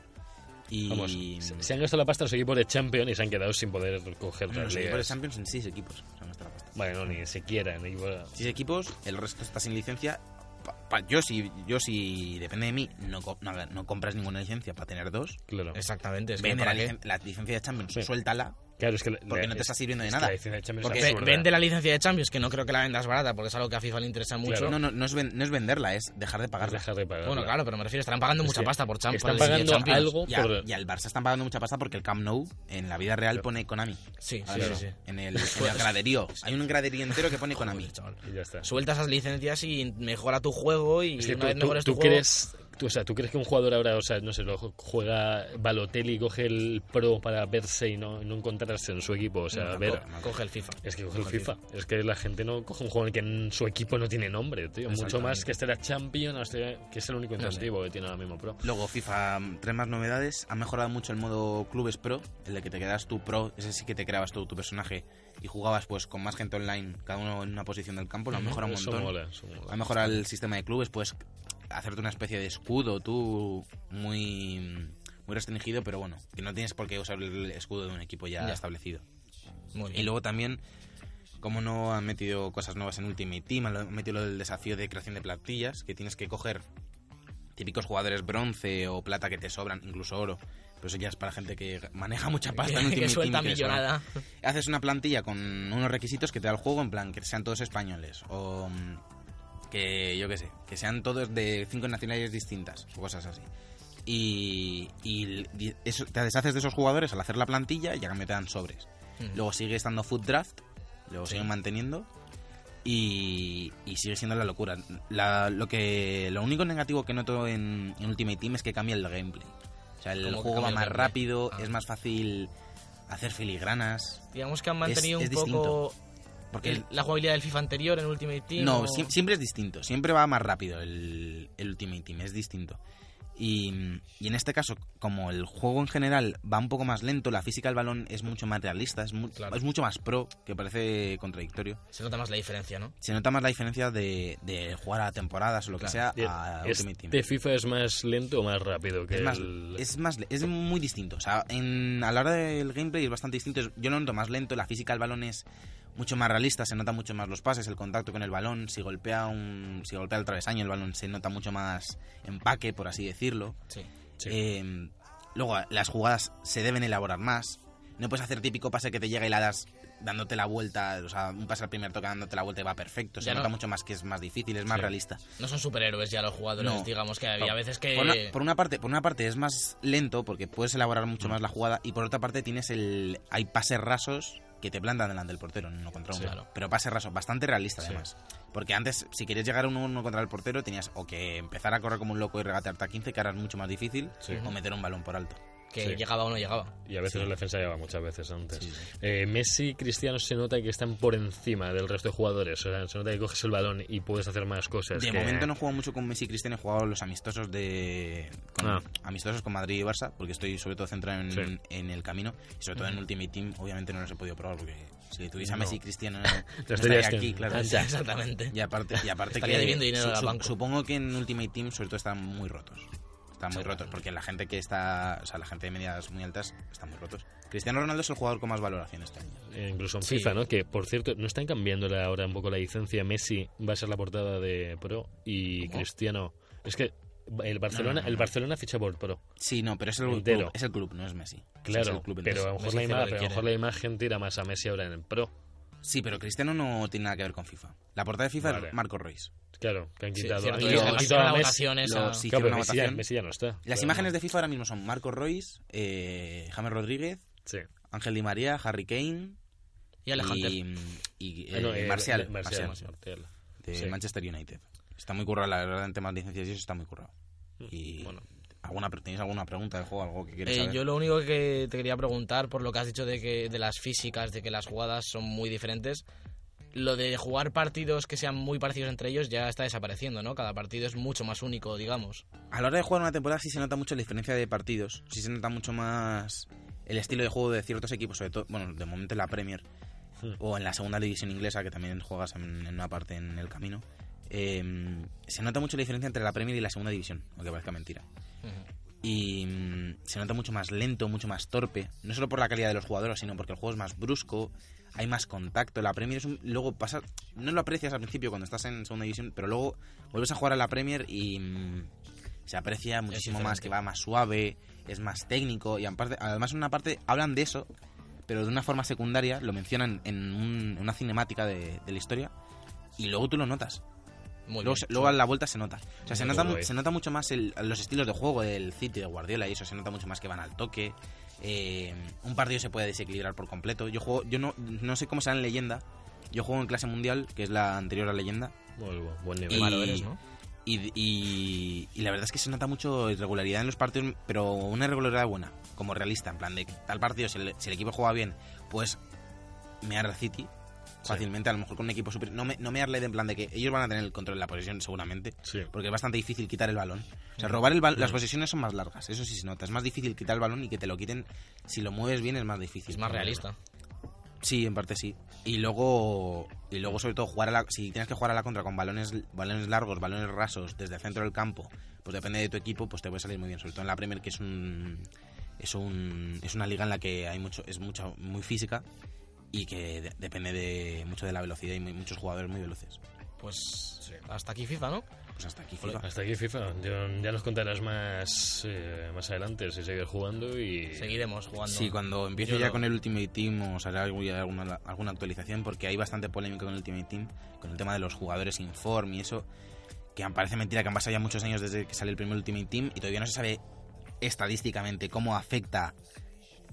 Speaker 3: y.
Speaker 2: Vamos, se, se han gastado la pasta los equipos de Champions y se han quedado sin poder coger
Speaker 3: Bueno,
Speaker 2: las
Speaker 3: los equipos de
Speaker 2: ligas.
Speaker 3: Champions en seis equipos. se han gastado la pasta.
Speaker 2: Bueno, ni siquiera. ni- bueno,
Speaker 3: Seis equipos, el resto está sin licencia. Pa- pa- yo sí, yo sí, depende de mí, no, co- no, haga- no compras ninguna licencia para tener dos.
Speaker 2: claro.
Speaker 4: Exactamente, es que
Speaker 3: Vende la,
Speaker 4: ¿para qué?
Speaker 3: licen- la licencia de Champions,
Speaker 2: Sí.
Speaker 3: suéltala,
Speaker 2: Claro, es que la-
Speaker 3: porque
Speaker 2: la-
Speaker 3: no te está sirviendo de
Speaker 2: es
Speaker 3: nada.
Speaker 2: que la edición de Champions
Speaker 3: Porque
Speaker 2: es
Speaker 4: Ve-
Speaker 2: absurda.
Speaker 4: vende la licencia de Champions, que no creo que la vendas barata, porque es algo que a FIFA le interesa mucho.
Speaker 2: Claro.
Speaker 3: No, no, no es, ven- no es venderla, es dejar de pagarla.
Speaker 2: Dejar de pagarla.
Speaker 4: Bueno, claro, pero me refiero, estarán pagando
Speaker 2: Es
Speaker 4: mucha
Speaker 2: que
Speaker 4: pasta por, Champ- por
Speaker 2: Están
Speaker 4: la licencia de
Speaker 2: pagando
Speaker 4: Champions.
Speaker 2: algo
Speaker 3: Y, a-
Speaker 2: por.
Speaker 3: y al Barça están pagando mucha pasta porque el Camp Nou en la vida real pone Konami.
Speaker 4: Sí, sí,
Speaker 3: Ahora,
Speaker 4: sí, sí.
Speaker 3: En el, en el graderío. Hay un graderío entero que pone Konami.
Speaker 4: Joder, chaval.
Speaker 2: Y ya está.
Speaker 4: Suelta esas licencias y mejora tu juego y
Speaker 2: Es que
Speaker 4: una
Speaker 2: tú,
Speaker 4: vez
Speaker 2: tú-
Speaker 4: mejores
Speaker 2: tú
Speaker 4: tu juego...
Speaker 2: crees, tú, o sea, tú crees que un jugador ahora, o sea, no sé, lo juega Balotelli, coge el Pro para verse y no, y no encontrarse en su equipo, o sea,
Speaker 3: No,
Speaker 2: a ver.
Speaker 3: Mm, tampoco.
Speaker 4: Coge el FIFA.
Speaker 2: Es que coge el FIFA. Es que la gente no coge un juego en el que en su equipo no tiene nombre, tío. Mucho
Speaker 3: Exactamente.
Speaker 2: más que este la Champions, este- que es el único incentivo que tiene ahora mismo Pro.
Speaker 3: Luego FIFA, mm, tres más novedades. Ha mejorado mucho el modo clubes pro, el de que te quedas tú pro, ese sí que te creabas tú tu personaje y jugabas pues con más gente online, cada uno en una posición del campo. Lo han mejorado un
Speaker 2: eso
Speaker 3: montón.
Speaker 2: mola, eso mola.
Speaker 3: Ha mejorado el sistema de clubes, puedes hacerte una especie de escudo tú muy muy restringido, pero bueno, que no tienes por qué usar el escudo de un equipo ya.
Speaker 4: Ya.
Speaker 3: establecido.
Speaker 4: Muy bien.
Speaker 3: Y luego también, como no han metido cosas nuevas en Ultimate Team, han metido el desafío de creación de plantillas, que tienes que coger típicos jugadores bronce o plata que te sobran, incluso oro. Pero eso ya es para gente que maneja mucha pasta en
Speaker 4: que,
Speaker 3: Ultimate Team,
Speaker 4: suelta
Speaker 3: que le sobra.
Speaker 4: millonada.
Speaker 3: Haces una plantilla con unos requisitos que te da el juego, en plan que sean todos españoles o mm, que yo qué sé, que sean todos de cinco nacionalidades distintas o cosas así. Y, y di- eso- te deshaces de esos jugadores al hacer la plantilla y a cambio te dan sobres.
Speaker 4: Mm.
Speaker 3: Luego sigue estando Food Draft, luego
Speaker 4: Sí.
Speaker 3: siguen manteniendo y, y sigue siendo la locura. La- lo, que, lo único negativo que noto en, en Ultimate Team es que cambia el gameplay. O sea, el
Speaker 4: ¿Cómo que
Speaker 3: juego
Speaker 4: cambia
Speaker 3: va
Speaker 4: el
Speaker 3: más
Speaker 4: gameplay?
Speaker 3: rápido,
Speaker 4: Ah.
Speaker 3: es más fácil hacer filigranas.
Speaker 4: Digamos que han mantenido
Speaker 3: es
Speaker 4: un poco
Speaker 3: Porque
Speaker 4: el- la jugabilidad del FIFA anterior en Ultimate Team.
Speaker 3: no,
Speaker 4: o-
Speaker 3: siem- siempre es distinto. Siempre va más rápido el, el Ultimate Team, es distinto. Y, y en este caso, como el juego en general va un poco más lento, la física del balón es mucho más realista, es, mu-
Speaker 4: Claro.
Speaker 3: es mucho más pro, que parece contradictorio.
Speaker 4: Se nota más la diferencia, ¿no?
Speaker 3: Se nota más la diferencia de, de jugar a temporadas o lo que
Speaker 4: Claro.
Speaker 3: sea a Ultimate Team.
Speaker 2: Este FIFA es más lento o más rápido que
Speaker 3: Es más,
Speaker 2: el.
Speaker 3: es más, es muy distinto. O sea, en- a la hora del gameplay es bastante distinto. Es- Yo lo noto más lento, la física del balón es mucho más realista, se nota mucho más los pases, el contacto con el balón, si golpea un, si golpea el travesaño, el balón se nota mucho más empaque, por así decirlo.
Speaker 4: Sí.
Speaker 2: Sí.
Speaker 3: Eh, luego, las jugadas se deben elaborar más. No puedes hacer típico pase que te llega y la das dándote la vuelta, o sea, un pase al primer toque dándote la vuelta y va perfecto. Se
Speaker 4: Ya no-
Speaker 3: nota mucho más que es más difícil, es más
Speaker 2: Sí.
Speaker 3: realista.
Speaker 4: No son superhéroes ya los jugadores,
Speaker 3: No.
Speaker 4: digamos que
Speaker 3: No.
Speaker 4: había veces que.
Speaker 3: Por una, por una parte, por una parte es más lento porque puedes elaborar mucho más la jugada y por otra parte tienes el hay pases rasos que te plantan delante del portero en uno contra
Speaker 4: Sí.
Speaker 3: uno.
Speaker 4: Claro.
Speaker 3: Pero pases rasos, bastante realista
Speaker 2: Sí.
Speaker 3: además. Porque antes, si querías llegar a un uno contra el portero, tenías o que empezar a correr como un loco y regatearte a 15, que ahora es mucho más difícil,
Speaker 2: Sí.
Speaker 3: o meter un balón por alto.
Speaker 4: que
Speaker 2: Sí.
Speaker 4: llegaba o no llegaba.
Speaker 2: Y a veces la defensa lleva muchas veces antes.
Speaker 3: Sí, sí.
Speaker 2: Eh, Messi y Cristiano se nota que están por encima del resto de jugadores. O sea, se nota que coges el balón y puedes hacer más cosas.
Speaker 3: de
Speaker 2: que-
Speaker 3: momento no he jugado mucho con Messi y Cristiano, he jugado los amistosos de con-
Speaker 2: Ah.
Speaker 3: amistosos con Madrid y Barça, porque estoy sobre todo centrado en,
Speaker 2: Sí.
Speaker 3: en el camino, y sobre todo en Ultimate Team, obviamente no los he podido probar porque si tuviese a
Speaker 2: No.
Speaker 3: Messi y Cristiano no, no
Speaker 2: estarías
Speaker 3: estaría aquí,
Speaker 2: que-
Speaker 3: claro.
Speaker 2: Ah,
Speaker 4: Sí, Exactamente.
Speaker 3: Y aparte, y aparte
Speaker 4: Estaría debiendo dinero a la banca.
Speaker 3: supongo que en Ultimate Team sobre todo están muy rotos. Están muy rotos, porque la gente que está, o sea, la gente de medias muy altas están muy rotos. Cristiano Ronaldo es el jugador con más valoración este año.
Speaker 2: Eh, incluso en
Speaker 4: Sí.
Speaker 2: FIFA, ¿no? Que, por cierto, no están cambiando la- ahora un poco la licencia. Messi va a ser la portada de Pro y
Speaker 4: ¿Cómo?
Speaker 2: Cristiano... Es que el Barcelona,
Speaker 3: No, no, no,
Speaker 2: el
Speaker 3: no.
Speaker 2: Barcelona ficha por Pro.
Speaker 3: Sí, no, pero es el
Speaker 2: Entero.
Speaker 3: club, es el club, no es Messi. Es
Speaker 2: Claro,
Speaker 3: el club,
Speaker 2: pero, a
Speaker 3: entero.
Speaker 2: lo mejor
Speaker 4: Messi
Speaker 2: la
Speaker 4: hace
Speaker 2: ima-
Speaker 4: lo que
Speaker 2: pero a lo mejor la
Speaker 4: quiere.
Speaker 2: imagen tira más a Messi ahora en el Pro.
Speaker 3: Sí, pero Cristiano no tiene nada que ver con FIFA. La portada de FIFA
Speaker 2: Vale.
Speaker 3: es Marco Reus.
Speaker 2: Claro, que han
Speaker 4: Sí,
Speaker 2: quitado,
Speaker 4: cierto,
Speaker 2: han
Speaker 4: y
Speaker 2: quitado-
Speaker 4: la-
Speaker 2: han
Speaker 4: la
Speaker 2: quitado a Messi.
Speaker 4: votación esa-
Speaker 3: Los- sí.
Speaker 2: Claro,
Speaker 3: Hicieron
Speaker 2: pero
Speaker 3: una
Speaker 2: Messi ya,
Speaker 3: votación.
Speaker 2: Messi ya no está.
Speaker 3: Las imágenes de FIFA ahora mismo son Marco Reus, eh, James Rodríguez,
Speaker 2: Sí.
Speaker 3: Ángel Di María, Harry Kane
Speaker 4: Y Alejandro.
Speaker 3: y, y,
Speaker 2: Ah,
Speaker 3: eh,
Speaker 2: no, eh,
Speaker 3: Marcial,
Speaker 2: Marcial,
Speaker 3: Marcial,
Speaker 2: Marcial.
Speaker 3: de
Speaker 2: sí.
Speaker 3: Manchester United. Está muy currado, la verdad, en temas de licencias y eso está muy currado. Y
Speaker 2: Mm, Bueno.
Speaker 3: alguna, ¿Tenéis alguna pregunta del juego, algo que quieres
Speaker 4: Eh,
Speaker 3: saber?
Speaker 4: yo lo único que te quería preguntar, por lo que has dicho de que de las físicas, de que las jugadas son muy diferentes, lo de jugar partidos que sean muy parecidos entre ellos ya está desapareciendo, ¿no? Cada partido es mucho más único, digamos.
Speaker 3: A la hora de jugar una temporada sí se nota mucho la diferencia de partidos, sí se nota mucho más el estilo de juego de ciertos equipos, sobre todo, bueno, de momento en la Premier
Speaker 2: Hmm.
Speaker 3: o en la segunda división inglesa, que también juegas en, en una parte en el camino. Eh, se nota mucho la diferencia entre la Premier y la segunda división, aunque parezca mentira. Y mm, se nota mucho más lento, mucho más torpe, no solo por la calidad de los jugadores, sino porque el juego es más brusco, hay más contacto. La Premier es un- luego pasa, no lo aprecias al principio cuando estás en segunda división, pero luego vuelves a jugar a la Premier y mm, se aprecia muchísimo más,
Speaker 4: diferente.
Speaker 3: que va más suave, es más técnico y aparte- además en una parte hablan de eso, pero de una forma secundaria, lo mencionan en un- una cinemática de, de la historia y luego tú lo notas.
Speaker 4: Muy
Speaker 3: luego,
Speaker 4: bien.
Speaker 3: se- luego a la vuelta se nota. O sea, se
Speaker 2: Qué
Speaker 3: nota, mu-
Speaker 2: guay.
Speaker 3: se nota mucho más el- los estilos de juego del City, de Guardiola y eso, se nota mucho más que van al toque. Eh, un partido se puede desequilibrar por completo. Yo juego, yo no, no sé cómo será en leyenda. Yo juego en clase mundial, que es la anterior a leyenda.
Speaker 2: Muy bu- buen
Speaker 3: Y-
Speaker 2: nivel.
Speaker 4: Malo eres, ¿no?
Speaker 3: Y, y- y la verdad es que se nota mucho irregularidad en los partidos, pero una irregularidad buena, como realista, en plan de que tal partido, si el, si el equipo juega bien, pues mear al City fácilmente, a lo mejor con un equipo super... No, me, no mearle de en plan de que ellos van a tener el control de la posesión seguramente,
Speaker 2: Sí.
Speaker 3: porque es bastante difícil quitar el balón. O sea, robar el balón, las posesiones son más largas, eso sí se nota, es más difícil quitar el balón y que te lo quiten, si lo mueves bien es más difícil.
Speaker 4: Es más realista.
Speaker 3: Sí, en parte sí. Y luego, y luego sobre todo jugar a la, si tienes que jugar a la contra con balones, balones largos, balones rasos desde el centro del campo, pues depende de tu equipo, pues te puede salir muy bien. Sobre todo en la Premier que es un es un es una liga en la que hay mucho es mucha muy física y que de- depende de mucho de la velocidad y muy- muchos jugadores muy veloces.
Speaker 4: Pues hasta aquí FIFA, ¿no?
Speaker 3: Pues hasta aquí. FIFA.
Speaker 2: Hasta aquí FIFA. Yo- ya nos contarás más, eh, más adelante si sigues jugando y...
Speaker 4: Seguiremos jugando.
Speaker 3: Sí, cuando empiece
Speaker 4: Yo
Speaker 3: ya
Speaker 4: no.
Speaker 3: con el Ultimate Team os haré algo- alguna, alguna actualización porque hay bastante polémica con el Ultimate Team, con el tema de los jugadores inform y eso, que me parece mentira que han pasado ya muchos años desde que sale el primer Ultimate Team y todavía no se sabe estadísticamente cómo afecta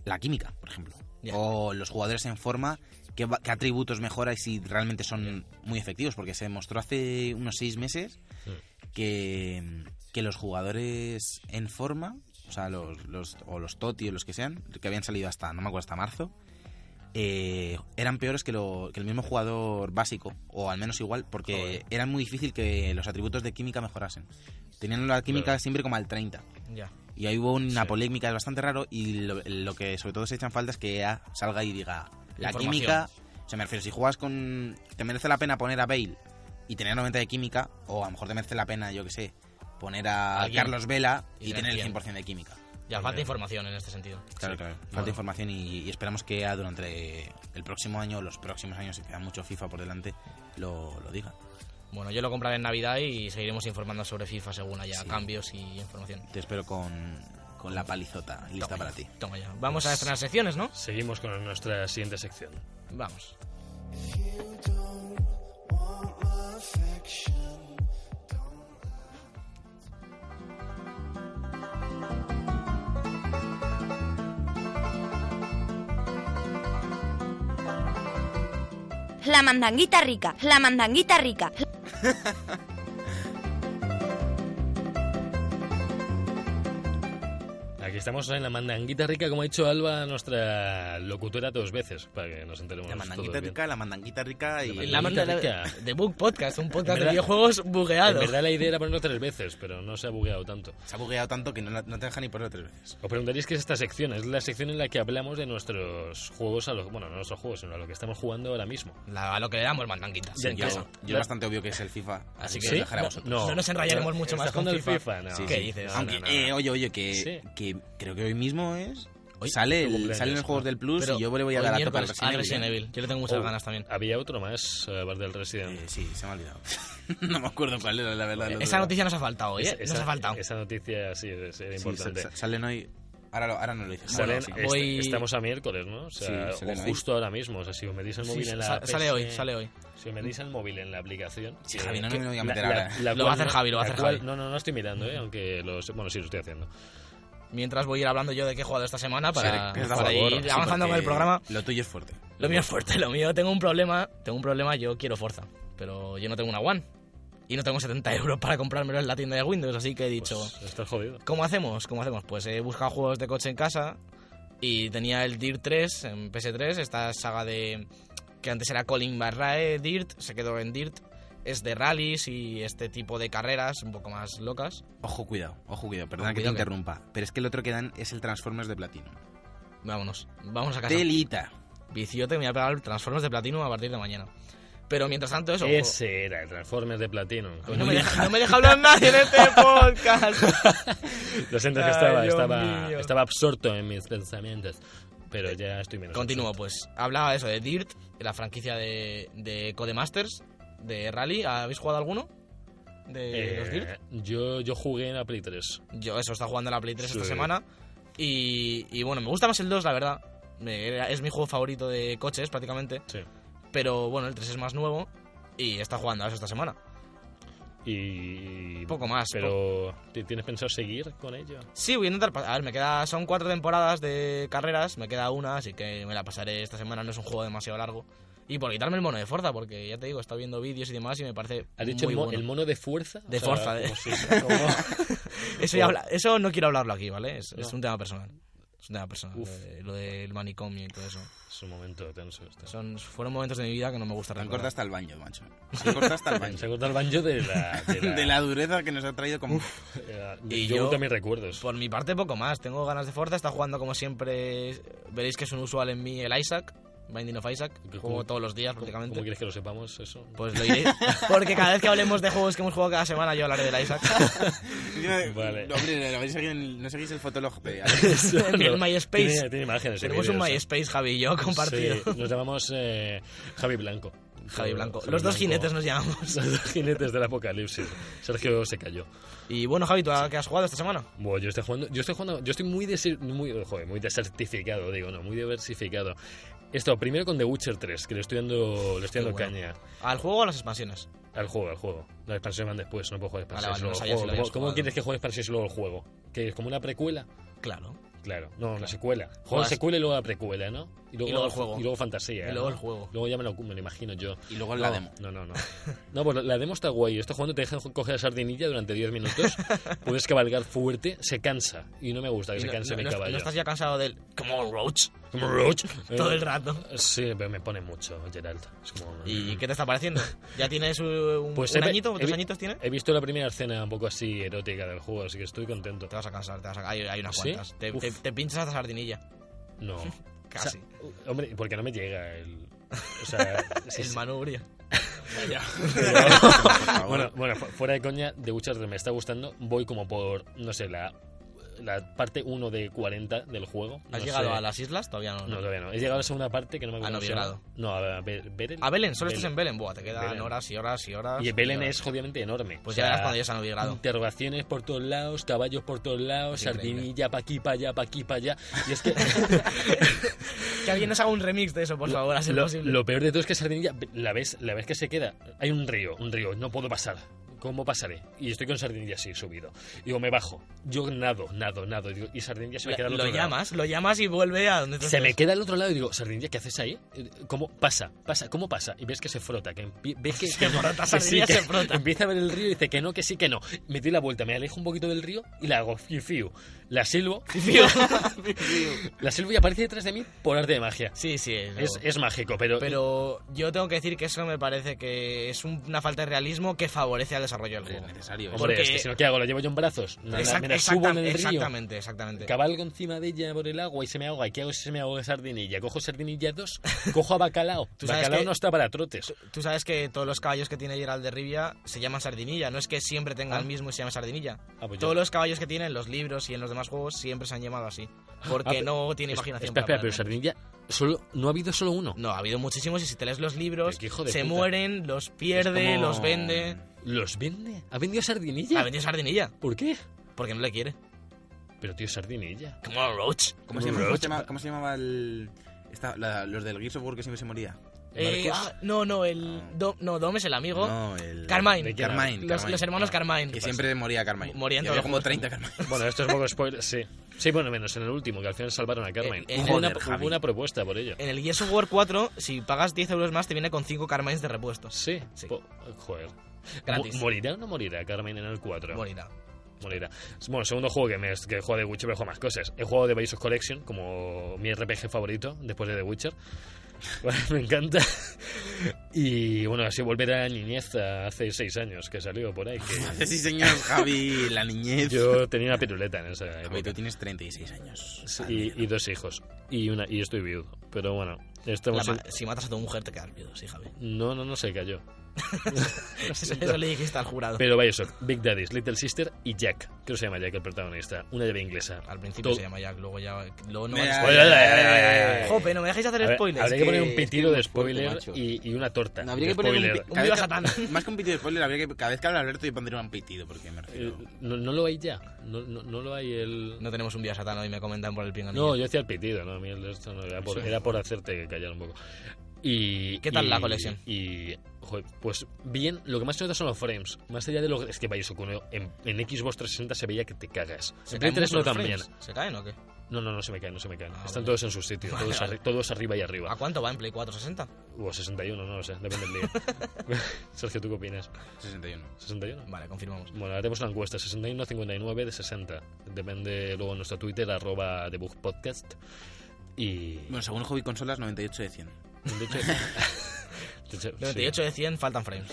Speaker 3: la química, por ejemplo.
Speaker 4: Ya.
Speaker 3: O los jugadores en forma, qué, va- qué atributos mejora y si realmente son muy efectivos, porque se demostró hace unos seis meses
Speaker 2: Hmm.
Speaker 3: que, que los jugadores en forma, o sea, los, los, o los Toti o los que sean, que habían salido hasta, no me acuerdo, hasta marzo, eh, eran peores que, lo- que el mismo jugador básico, o al menos igual, porque
Speaker 2: Joder.
Speaker 3: era muy difícil que los atributos de química mejorasen. Tenían la química
Speaker 2: Claro.
Speaker 3: siempre como al 30.
Speaker 4: Ya.
Speaker 3: Y ahí hubo una
Speaker 2: Sí.
Speaker 3: polémica, es bastante raro, y lo, lo que sobre todo se echan falta es que EA salga y diga, la
Speaker 4: Información.
Speaker 3: química, o sea, me refiero, si juegas con... Te merece la pena poner a Bale y tener 90 de química, o a lo mejor te merece la pena, yo que sé, poner a
Speaker 4: Alguien.
Speaker 3: Carlos Vela
Speaker 4: Y
Speaker 3: y, tener el
Speaker 4: tener
Speaker 3: 100% de química.
Speaker 4: Ya,
Speaker 2: Muy
Speaker 4: falta
Speaker 2: bien.
Speaker 4: información en este sentido.
Speaker 3: Claro, claro. Falta
Speaker 2: Bueno.
Speaker 3: información y, y esperamos que EA durante el próximo año, los próximos años, si queda mucho FIFA por delante, lo, lo diga.
Speaker 4: Bueno, yo lo compraré en Navidad y seguiremos informando sobre FIFA según haya
Speaker 3: Sí.
Speaker 4: cambios y información.
Speaker 3: Te espero con, con la palizota lista
Speaker 4: Toma Pues
Speaker 3: para
Speaker 4: ya,
Speaker 3: ti.
Speaker 4: Toma ya. Vamos a estrenar secciones, ¿no?
Speaker 2: Seguimos con nuestra siguiente sección.
Speaker 4: Vamos.
Speaker 1: La mandanguita rica, la mandanguita rica.
Speaker 2: Aquí estamos en la mandanguita rica, como ha dicho Alba, nuestra locutora dos veces, para que nos enteremos
Speaker 3: La
Speaker 2: todos
Speaker 3: mandanguita
Speaker 2: bien.
Speaker 3: rica, la mandanguita rica y...
Speaker 2: La
Speaker 4: manda de,
Speaker 2: mandanguita rica.
Speaker 4: de Book Podcast, un podcast de
Speaker 2: verdad-
Speaker 4: videojuegos bugueado.
Speaker 2: En verdad la idea era ponerlo tres veces, pero no se ha bugueado tanto.
Speaker 3: Se ha bugueado tanto que no, la- no te deja ni ponerlo tres veces.
Speaker 2: Os preguntaréis qué es esta sección. Es la sección en la que hablamos de nuestros juegos, a lo, bueno, no nuestros juegos, sino a lo que estamos jugando ahora mismo.
Speaker 4: La- a lo que le damos mandanguita.
Speaker 2: Ya,
Speaker 3: Yo,
Speaker 4: sin
Speaker 2: ya.
Speaker 4: casa.
Speaker 3: yo es bastante obvio que es el FIFA, así que
Speaker 2: ¿Sí?
Speaker 3: os dejaré a
Speaker 2: No,
Speaker 3: vosotros.
Speaker 4: No nos enrayaremos mucho
Speaker 2: ¿Estás
Speaker 4: más con
Speaker 2: jugando al
Speaker 4: FIFA?
Speaker 2: No.
Speaker 3: Sí,
Speaker 4: ¿Qué
Speaker 3: sí.
Speaker 4: dices?
Speaker 3: Aunque,
Speaker 2: No, no, no.
Speaker 3: eh, oye, oye, que,
Speaker 2: Sí.
Speaker 3: que creo que hoy mismo es...
Speaker 2: Hoy
Speaker 3: sale
Speaker 2: tu
Speaker 3: el-
Speaker 2: cumpleaños,
Speaker 3: salen los
Speaker 2: ¿no?
Speaker 3: juegos del Plus
Speaker 4: Pero
Speaker 3: y yo le voy a
Speaker 4: hoy
Speaker 3: dar a tope al
Speaker 4: miércoles,
Speaker 3: Resident
Speaker 4: al
Speaker 3: Evil. ¿eh?
Speaker 4: Resident Evil. Yo le tengo muchas
Speaker 2: Oh,
Speaker 4: ganas también.
Speaker 2: Había otro más, aparte del Resident.
Speaker 3: Eh, sí, se me ha olvidado. no me acuerdo cuál era, la verdad. el otro
Speaker 4: Esa
Speaker 3: día.
Speaker 4: noticia nos ha faltado, ¿eh?
Speaker 2: Esa-
Speaker 4: nos
Speaker 2: esa-
Speaker 4: ha faltado.
Speaker 2: Esa noticia sí es, era
Speaker 3: Sí,
Speaker 2: importante.
Speaker 3: sa- sa- salen hoy... Ahora, lo- ahora no lo dices.
Speaker 2: Salen-
Speaker 3: Ahora sí.
Speaker 2: est-
Speaker 4: Hoy-
Speaker 2: Estamos a miércoles, ¿no? O sea,
Speaker 3: Sí, ¿eh? salen
Speaker 2: o
Speaker 3: hoy.
Speaker 2: justo ahora mismo. O sea, si os metéis el
Speaker 4: Sí,
Speaker 2: móvil en la.
Speaker 4: sa- sale hoy,
Speaker 2: PC,
Speaker 4: sale hoy.
Speaker 2: Si os metéis el móvil en la aplicación.
Speaker 3: Sí,
Speaker 2: que-
Speaker 3: Javi, no
Speaker 2: que-
Speaker 3: me voy a
Speaker 2: la-
Speaker 3: meter
Speaker 2: la-
Speaker 3: ahora, ¿eh?
Speaker 2: la
Speaker 4: Lo
Speaker 2: cual
Speaker 4: va a hacer
Speaker 2: no-
Speaker 4: Javi, lo va a
Speaker 2: la
Speaker 4: hacer
Speaker 2: cual-
Speaker 4: Javi.
Speaker 2: No, no, no estoy mirando, ¿eh? Aunque los. Bueno, sí, lo estoy haciendo.
Speaker 4: Mientras voy a ir hablando yo de qué he jugado esta semana para,
Speaker 3: Sí, por
Speaker 4: para
Speaker 3: favor, sí,
Speaker 4: ir avanzando con
Speaker 3: porque
Speaker 4: el programa.
Speaker 3: Lo tuyo es fuerte.
Speaker 4: Lo mío es fuerte, lo mío. Tengo un problema, tengo un problema, yo quiero Forza. Pero yo no tengo una One. Y no tengo 70 euros para comprármelo en la tienda de Windows, así que he dicho...
Speaker 2: Pues, estás jodido.
Speaker 4: ¿Cómo hacemos? ¿Cómo hacemos? Pues he buscado juegos de coche en casa y tenía el Dirt 3 en PS3, esta saga de que antes era Colin Barrae, Dirt, se quedó en Dirt. Es de rallies y este tipo de carreras un poco más locas.
Speaker 3: Ojo, cuidado, ojo, cuidado, perdona
Speaker 4: Ojo,
Speaker 3: que te
Speaker 4: cuidado, que-
Speaker 3: interrumpa. Pero es que el otro que dan es el Transformers de Platinum.
Speaker 4: Vámonos, vamos a casa.
Speaker 3: Telita.
Speaker 4: Viciote, me voy a pegar el Transformers de Platinum a partir de mañana. Pero mientras tanto, eso.
Speaker 2: Ese era el Transformers de Platino.
Speaker 4: jo- No me, deja, no me deja hablar nadie en este podcast.
Speaker 2: Lo siento es que
Speaker 4: Ay,
Speaker 2: estaba,
Speaker 4: Dios
Speaker 2: estaba,
Speaker 4: mío.
Speaker 2: estaba absorto en mis pensamientos. Pero ya estoy menos.
Speaker 4: Continúo, pues. Hablaba eso de Dirt, de la franquicia de, de Codemasters, de Rally. ¿Habéis jugado alguno? De los Dirt.
Speaker 2: absorto. Eh, yo, yo jugué en la Play 3.
Speaker 4: Yo eso está jugando a la Play 3 esta
Speaker 2: Sí.
Speaker 4: semana. Y, y bueno, me gusta más el 2, la verdad. Me- era- es mi juego favorito de coches, prácticamente.
Speaker 2: Sí.
Speaker 4: Pero bueno, el 3 es más nuevo y está jugando a eso esta semana.
Speaker 2: Y.
Speaker 4: Poco más,
Speaker 2: Pero. ¿ti- ¿Tienes pensado seguir con ello?
Speaker 4: Sí, voy a intentar. pa- A ver, me queda. Son cuatro temporadas de carreras, me queda una, así que me la pasaré esta semana. No es un juego demasiado largo. Y por quitarme el mono de fuerza, porque ya te digo, he estado viendo vídeos y demás y me parece.
Speaker 2: ¿Has dicho
Speaker 4: muy
Speaker 2: el, mo-
Speaker 4: bueno.
Speaker 2: el mono de fuerza?
Speaker 4: De
Speaker 2: O sea,
Speaker 4: fuerza, ¿eh? de-
Speaker 2: como si- como-
Speaker 4: Eso, ya habla- eso no quiero hablarlo aquí, ¿vale? Es, es
Speaker 2: No.
Speaker 4: un tema personal. Es un tema personal.
Speaker 2: Uf.
Speaker 4: Lo, de- lo del manicomio y todo eso.
Speaker 2: Es un momento tenso. este.
Speaker 4: Son, fueron momentos de mi vida que no me gusta
Speaker 3: Te han
Speaker 4: recordar.
Speaker 3: cortado hasta el baño, macho. Te han cortado hasta
Speaker 2: Se
Speaker 3: el
Speaker 2: ha
Speaker 3: baño.
Speaker 2: cortado el banjo de la. De la,
Speaker 3: De la dureza que nos ha traído como...
Speaker 2: eh,
Speaker 4: Y
Speaker 2: yo
Speaker 4: yo-
Speaker 2: también recuerdos.
Speaker 4: Por mi parte, poco más. Tengo ganas de Forza. Está jugando como siempre. Veréis que es un usual en mí el Isaac. Binding of Isaac.
Speaker 2: ¿Cómo-
Speaker 4: Juego todos los días
Speaker 2: ¿Cómo
Speaker 4: prácticamente.
Speaker 2: quieres que lo sepamos eso?
Speaker 4: Pues lo iré. Porque cada vez que hablemos de juegos que hemos jugado cada semana, yo hablaré del Isaac.
Speaker 2: Vale.
Speaker 3: No, hombre, no, habéis seguido el- no seguís el fotolog de...
Speaker 2: Eso
Speaker 4: En el
Speaker 2: no.
Speaker 4: MySpace.
Speaker 2: Tiene, tiene imágenes. y
Speaker 4: Tenemos un
Speaker 2: vídeos, ¿eh?
Speaker 4: MySpace, Javi y yo, compartido.
Speaker 2: Sí, nos llamamos eh, Javi Blanco.
Speaker 4: Javi Blanco. Los dos jinetes nos llamamos.
Speaker 2: Los dos jinetes del apocalipsis. Sergio se cayó.
Speaker 4: Y bueno, Javi, ¿tú a qué has jugado esta semana?
Speaker 2: Buah, yo estoy jugando, yo estoy jugando, yo estoy muy desi- muy, joder, muy desertificado, digo, no, muy diversificado. Esto, primero con The Witcher 3, que le estoy dando, le estoy
Speaker 4: Qué
Speaker 2: dando
Speaker 4: bueno.
Speaker 2: caña
Speaker 4: ¿Al juego o a las expansiones?
Speaker 2: al juego, al juego. Las expansiones van después, no puedo jugar
Speaker 4: Vale,
Speaker 2: expansiones. luego
Speaker 4: vale, no
Speaker 2: el
Speaker 4: sabía si lo
Speaker 2: juego.
Speaker 4: habías
Speaker 2: ¿Cómo,
Speaker 4: jugado.
Speaker 2: cómo quieres que juegue expansiones y luego el juego? ¿Que es como una precuela?
Speaker 4: Claro.
Speaker 2: Claro, no, una
Speaker 4: Claro.
Speaker 2: secuela. Juego
Speaker 4: Juegas-
Speaker 2: secuela y luego la precuela, ¿no?
Speaker 4: Y luego el juego.
Speaker 2: Y luego fantasía.
Speaker 4: Y luego
Speaker 2: ¿no?
Speaker 4: el juego.
Speaker 2: Luego ya me lo, me lo imagino yo.
Speaker 3: Y luego la
Speaker 2: No,
Speaker 3: demo.
Speaker 2: No, no, no. No, pues la demo está guay. Esto jugando te dejan coger la sardinilla durante 10 minutos. Puedes cabalgar fuerte. Se cansa. Y no me gusta que
Speaker 4: Y
Speaker 2: se
Speaker 4: no-
Speaker 2: canse
Speaker 4: no-
Speaker 2: mi
Speaker 4: no-
Speaker 2: caballo.
Speaker 4: ¿No estás ya cansado del. Come on, Roach?
Speaker 2: Como Roach.
Speaker 4: Todo
Speaker 2: Eh,
Speaker 4: el rato.
Speaker 2: Sí, pero me pone mucho, Geralt. Es como... mm.
Speaker 4: ¿Y qué te está pareciendo? ¿Ya tienes uh, un,
Speaker 2: Pues
Speaker 4: un
Speaker 2: he-
Speaker 4: añito?
Speaker 2: he
Speaker 4: ¿Tres
Speaker 2: vi-
Speaker 4: añitos tienes?
Speaker 2: He visto la primera escena un poco así erótica del juego, así que estoy contento.
Speaker 4: Te vas a cansar, te vas a... hay, hay unas
Speaker 2: ¿Sí?
Speaker 4: cuantas. Te,
Speaker 2: Uf.
Speaker 4: te- te pinchas hasta sardinilla.
Speaker 2: No.
Speaker 4: Casi.
Speaker 2: O sea, hombre, porque no me llega el... O sea, sí,
Speaker 4: el
Speaker 2: sí.
Speaker 4: manubrio.
Speaker 2: Bueno, bueno, fu- fuera de coña, The Witcher me está gustando. Voy como por, no sé, la, la parte 1 de 40 del juego.
Speaker 4: ¿Has
Speaker 2: No
Speaker 4: llegado
Speaker 2: sé.
Speaker 4: a las islas? Todavía no.
Speaker 2: No, todavía no. He llegado a la segunda parte que no me acuerdo.
Speaker 4: Ah, no,
Speaker 2: cómo se llama.
Speaker 4: Belgrado.
Speaker 2: No, a Be- Belén.
Speaker 4: A Belén, solo estás
Speaker 2: Belén.
Speaker 4: en Belén. Buah, te quedan
Speaker 2: Belén.
Speaker 4: horas y horas y horas.
Speaker 2: Y Belén
Speaker 4: horas.
Speaker 2: es jodidamente enorme. O
Speaker 4: Pues ya
Speaker 2: sea,
Speaker 4: verás cuando llegues a Novigrado.
Speaker 2: Interrogaciones por todos lados, caballos por todos lados,
Speaker 4: Es increíble.
Speaker 2: sardinilla pa' aquí, pa' allá, pa' aquí, pa' allá. Y es que
Speaker 4: Que alguien nos haga un remix de eso, por favor, a ser
Speaker 2: lo,
Speaker 4: posible.
Speaker 2: lo peor de todo es que Sardinilla, la ves, la ves que se queda. Hay un río, un río, no puedo pasar. ¿Cómo pasaré? Y estoy con Sardinilla así, subido. Digo, me bajo. Yo nado, nado, nado. digo, y Sardinilla se me queda al
Speaker 4: lo
Speaker 2: otro lado.
Speaker 4: llamas, lo llamas y vuelve a donde tú
Speaker 2: Se me
Speaker 4: estás.
Speaker 2: queda al otro lado y digo, Sardinilla, ¿qué haces ahí? Eh, ¿Cómo pasa? pasa ¿Cómo pasa? Y ves que se frota, que empie- ves Ah, que, que no,
Speaker 4: frota,
Speaker 2: que
Speaker 4: Sardinilla
Speaker 2: que
Speaker 4: se frota.
Speaker 2: Empieza a ver el río y dice que no, que sí, que no. Me doy la vuelta, me alejo un poquito del río y la hago fiu fiu. La silbo, la silbo y aparece detrás de mí por arte de magia.
Speaker 4: Sí, sí.
Speaker 2: Es,
Speaker 4: luego.
Speaker 2: es mágico, pero,
Speaker 4: Pero yo tengo que decir que eso me parece que es un- una falta de realismo que favorece al desarrollo del
Speaker 3: Es
Speaker 4: juego.
Speaker 3: eh, necesario.
Speaker 2: Hombre,
Speaker 4: Porque-
Speaker 2: es que si no, ¿qué hago? ¿Lo llevo yo en brazos? Me la-
Speaker 4: Exact-
Speaker 2: me la subo en el río,
Speaker 4: exactamente, exactamente.
Speaker 2: cabalgo encima de ella por el agua y se me ahoga. ¿Y qué hago si se me ahoga sardinilla? Cojo sardinilla 2, cojo a bacalao.
Speaker 4: Tú sabes
Speaker 2: bacalao
Speaker 4: que-
Speaker 2: no está para trotes.
Speaker 4: Tú sabes que todos los caballos que tiene Gerald de Rivia se llaman Sardinilla, no es que siempre tenga el mismo y se llame Sardinilla.
Speaker 2: Ah, pues yo-
Speaker 4: todos los caballos que tiene en los libros y en los demás juegos siempre se han llamado así, porque
Speaker 2: pe-
Speaker 4: no
Speaker 2: Ah,
Speaker 4: tiene
Speaker 2: Es-
Speaker 4: imaginación.
Speaker 2: Espera,
Speaker 4: para
Speaker 2: espera, pero
Speaker 4: ponerle.
Speaker 2: sardinilla solo, no ha habido solo uno.
Speaker 4: No, ha habido muchísimos y si te lees los libros,
Speaker 2: Pero qué hijo de
Speaker 4: se
Speaker 2: puta.
Speaker 4: mueren, los pierde,
Speaker 3: Es como-
Speaker 4: los vende.
Speaker 2: ¿Los vende? ¿Ha vendido sardinilla?
Speaker 4: Ha vendido Sardinilla,
Speaker 2: ¿Por qué?
Speaker 4: porque no le quiere.
Speaker 2: Pero tío, sardinilla.
Speaker 4: Come on, Roach.
Speaker 3: ¿Cómo se, llama- cómo
Speaker 2: Roach.
Speaker 3: se llama- cómo se llamaba el... esta- la- los del Gears of War que siempre se moría?
Speaker 4: Eh,
Speaker 2: Marcos.
Speaker 4: ah, no, no, el
Speaker 3: Ah.
Speaker 4: Dom, no, Dom es el amigo.
Speaker 3: No, el...
Speaker 4: Carmine.
Speaker 2: ¿De quién hablas? Ah,
Speaker 3: Carmine. Pues
Speaker 4: Los,
Speaker 3: Carmine. Ah,
Speaker 4: los hermanos Carmine.
Speaker 3: Que
Speaker 2: pues.
Speaker 3: siempre moría Carmine.
Speaker 4: Morían
Speaker 3: Y había
Speaker 4: todos
Speaker 3: como 30
Speaker 4: juntos.
Speaker 3: Carmine.
Speaker 2: Bueno, esto es un poco spoiler, sí. Sí, bueno, menos en el último, que al final salvaron a Carmen.
Speaker 4: Eh, eh,
Speaker 2: hubo, una,
Speaker 3: joder, Javi.
Speaker 2: hubo una propuesta por ello.
Speaker 4: En el Gears of War 4, si pagas 10 euros más, te viene con 5 Carmines de repuestos.
Speaker 2: Sí,
Speaker 4: Sí.
Speaker 2: po- joder.
Speaker 4: Gratis.
Speaker 2: Mo- ¿Morirá o no morirá Carmen en el 4?
Speaker 4: Morirá.
Speaker 2: Morirá. Bueno, segundo juego que, me, que he jugado de Witcher, pero he jugado más cosas. He jugado de Bioshock Collection como mi RPG favorito después de The Witcher. me encanta. Y bueno, así volver a la niñez a hace seis años que salió por ahí. que
Speaker 3: Sí, señor Javi, la niñez.
Speaker 2: yo tenía una piruleta en esa época.
Speaker 3: Javi, tú tienes 36 años.
Speaker 2: Sí, y, y dos hijos. Y una y estoy viudo. Pero bueno,
Speaker 4: La
Speaker 2: estamos... en-
Speaker 4: ma- Si matas a tu mujer te quedas viudo, sí, Javi.
Speaker 2: No, no, no se cayó.
Speaker 4: Eso, eso le dijiste al jurado.
Speaker 2: Pero Bioshock, Big Daddy, Little Sister y Jack. Creo que se llama Jack el protagonista. Una llave inglesa.
Speaker 4: al principio
Speaker 2: Todo-
Speaker 4: se llama Jack, luego ya... Luego no
Speaker 3: Ay,
Speaker 4: vais-
Speaker 2: Oye, oye, oye,
Speaker 3: eh,
Speaker 2: oye, oye.
Speaker 4: Jope, no me dejáis hacer
Speaker 2: A ver,
Speaker 4: spoilers.
Speaker 2: habría que poner un
Speaker 4: que-
Speaker 2: pitido de
Speaker 5: es muy fuerte,
Speaker 2: spoiler
Speaker 5: macho.
Speaker 2: y, y una torta.
Speaker 5: Habría
Speaker 2: de
Speaker 5: que poner un
Speaker 2: spoiler.
Speaker 5: pi-
Speaker 4: Un viva
Speaker 3: que-
Speaker 4: Satán.
Speaker 3: más que un pitido de spoiler, habría que, cada vez que habla Alberto yo pondría un pitido, porque me
Speaker 2: Eh,
Speaker 3: refiero...
Speaker 2: no, no lo hay ya. No, no, no lo hay el.
Speaker 4: No tenemos un biosatán hoy, me comentan por el pinganillo.
Speaker 2: No, yo decía el pitido, ¿no? A mí el de esto no, era, por, era por hacerte callar un poco. Y,
Speaker 4: ¿Qué tal
Speaker 2: y-
Speaker 4: la colección?
Speaker 2: Y, joder, pues bien, lo que más se nota son los frames. Más allá de lo es que Bioshock 1 en, en Xbox 360 se veía que te cagas.
Speaker 4: ¿Se
Speaker 2: En Play
Speaker 4: caen
Speaker 2: 3
Speaker 4: mucho
Speaker 2: no
Speaker 4: los
Speaker 2: también.
Speaker 4: frames? ¿Se caen o qué?
Speaker 2: No, no, no se me caen, no se me caen.
Speaker 4: Ah,
Speaker 2: Están
Speaker 4: vale.
Speaker 2: todos en su sitio, todos,
Speaker 4: Vale. Ah.
Speaker 2: arri- todos arriba y arriba.
Speaker 4: ¿A cuánto va en Play 4? ¿60?
Speaker 2: O 61, no lo sé, depende del día. Sergio, ¿tú qué opinas?
Speaker 3: 61.
Speaker 2: ¿61?
Speaker 4: Vale, confirmamos.
Speaker 2: Bueno, haremos una encuesta, 61, 59 de 60. Depende luego en nuestro Twitter, arroba debugpodcast. Y...
Speaker 3: Bueno, según Hobby Consolas, 98 de 100.
Speaker 2: De hecho... de hecho, sí.
Speaker 4: 98 de 100 faltan frames.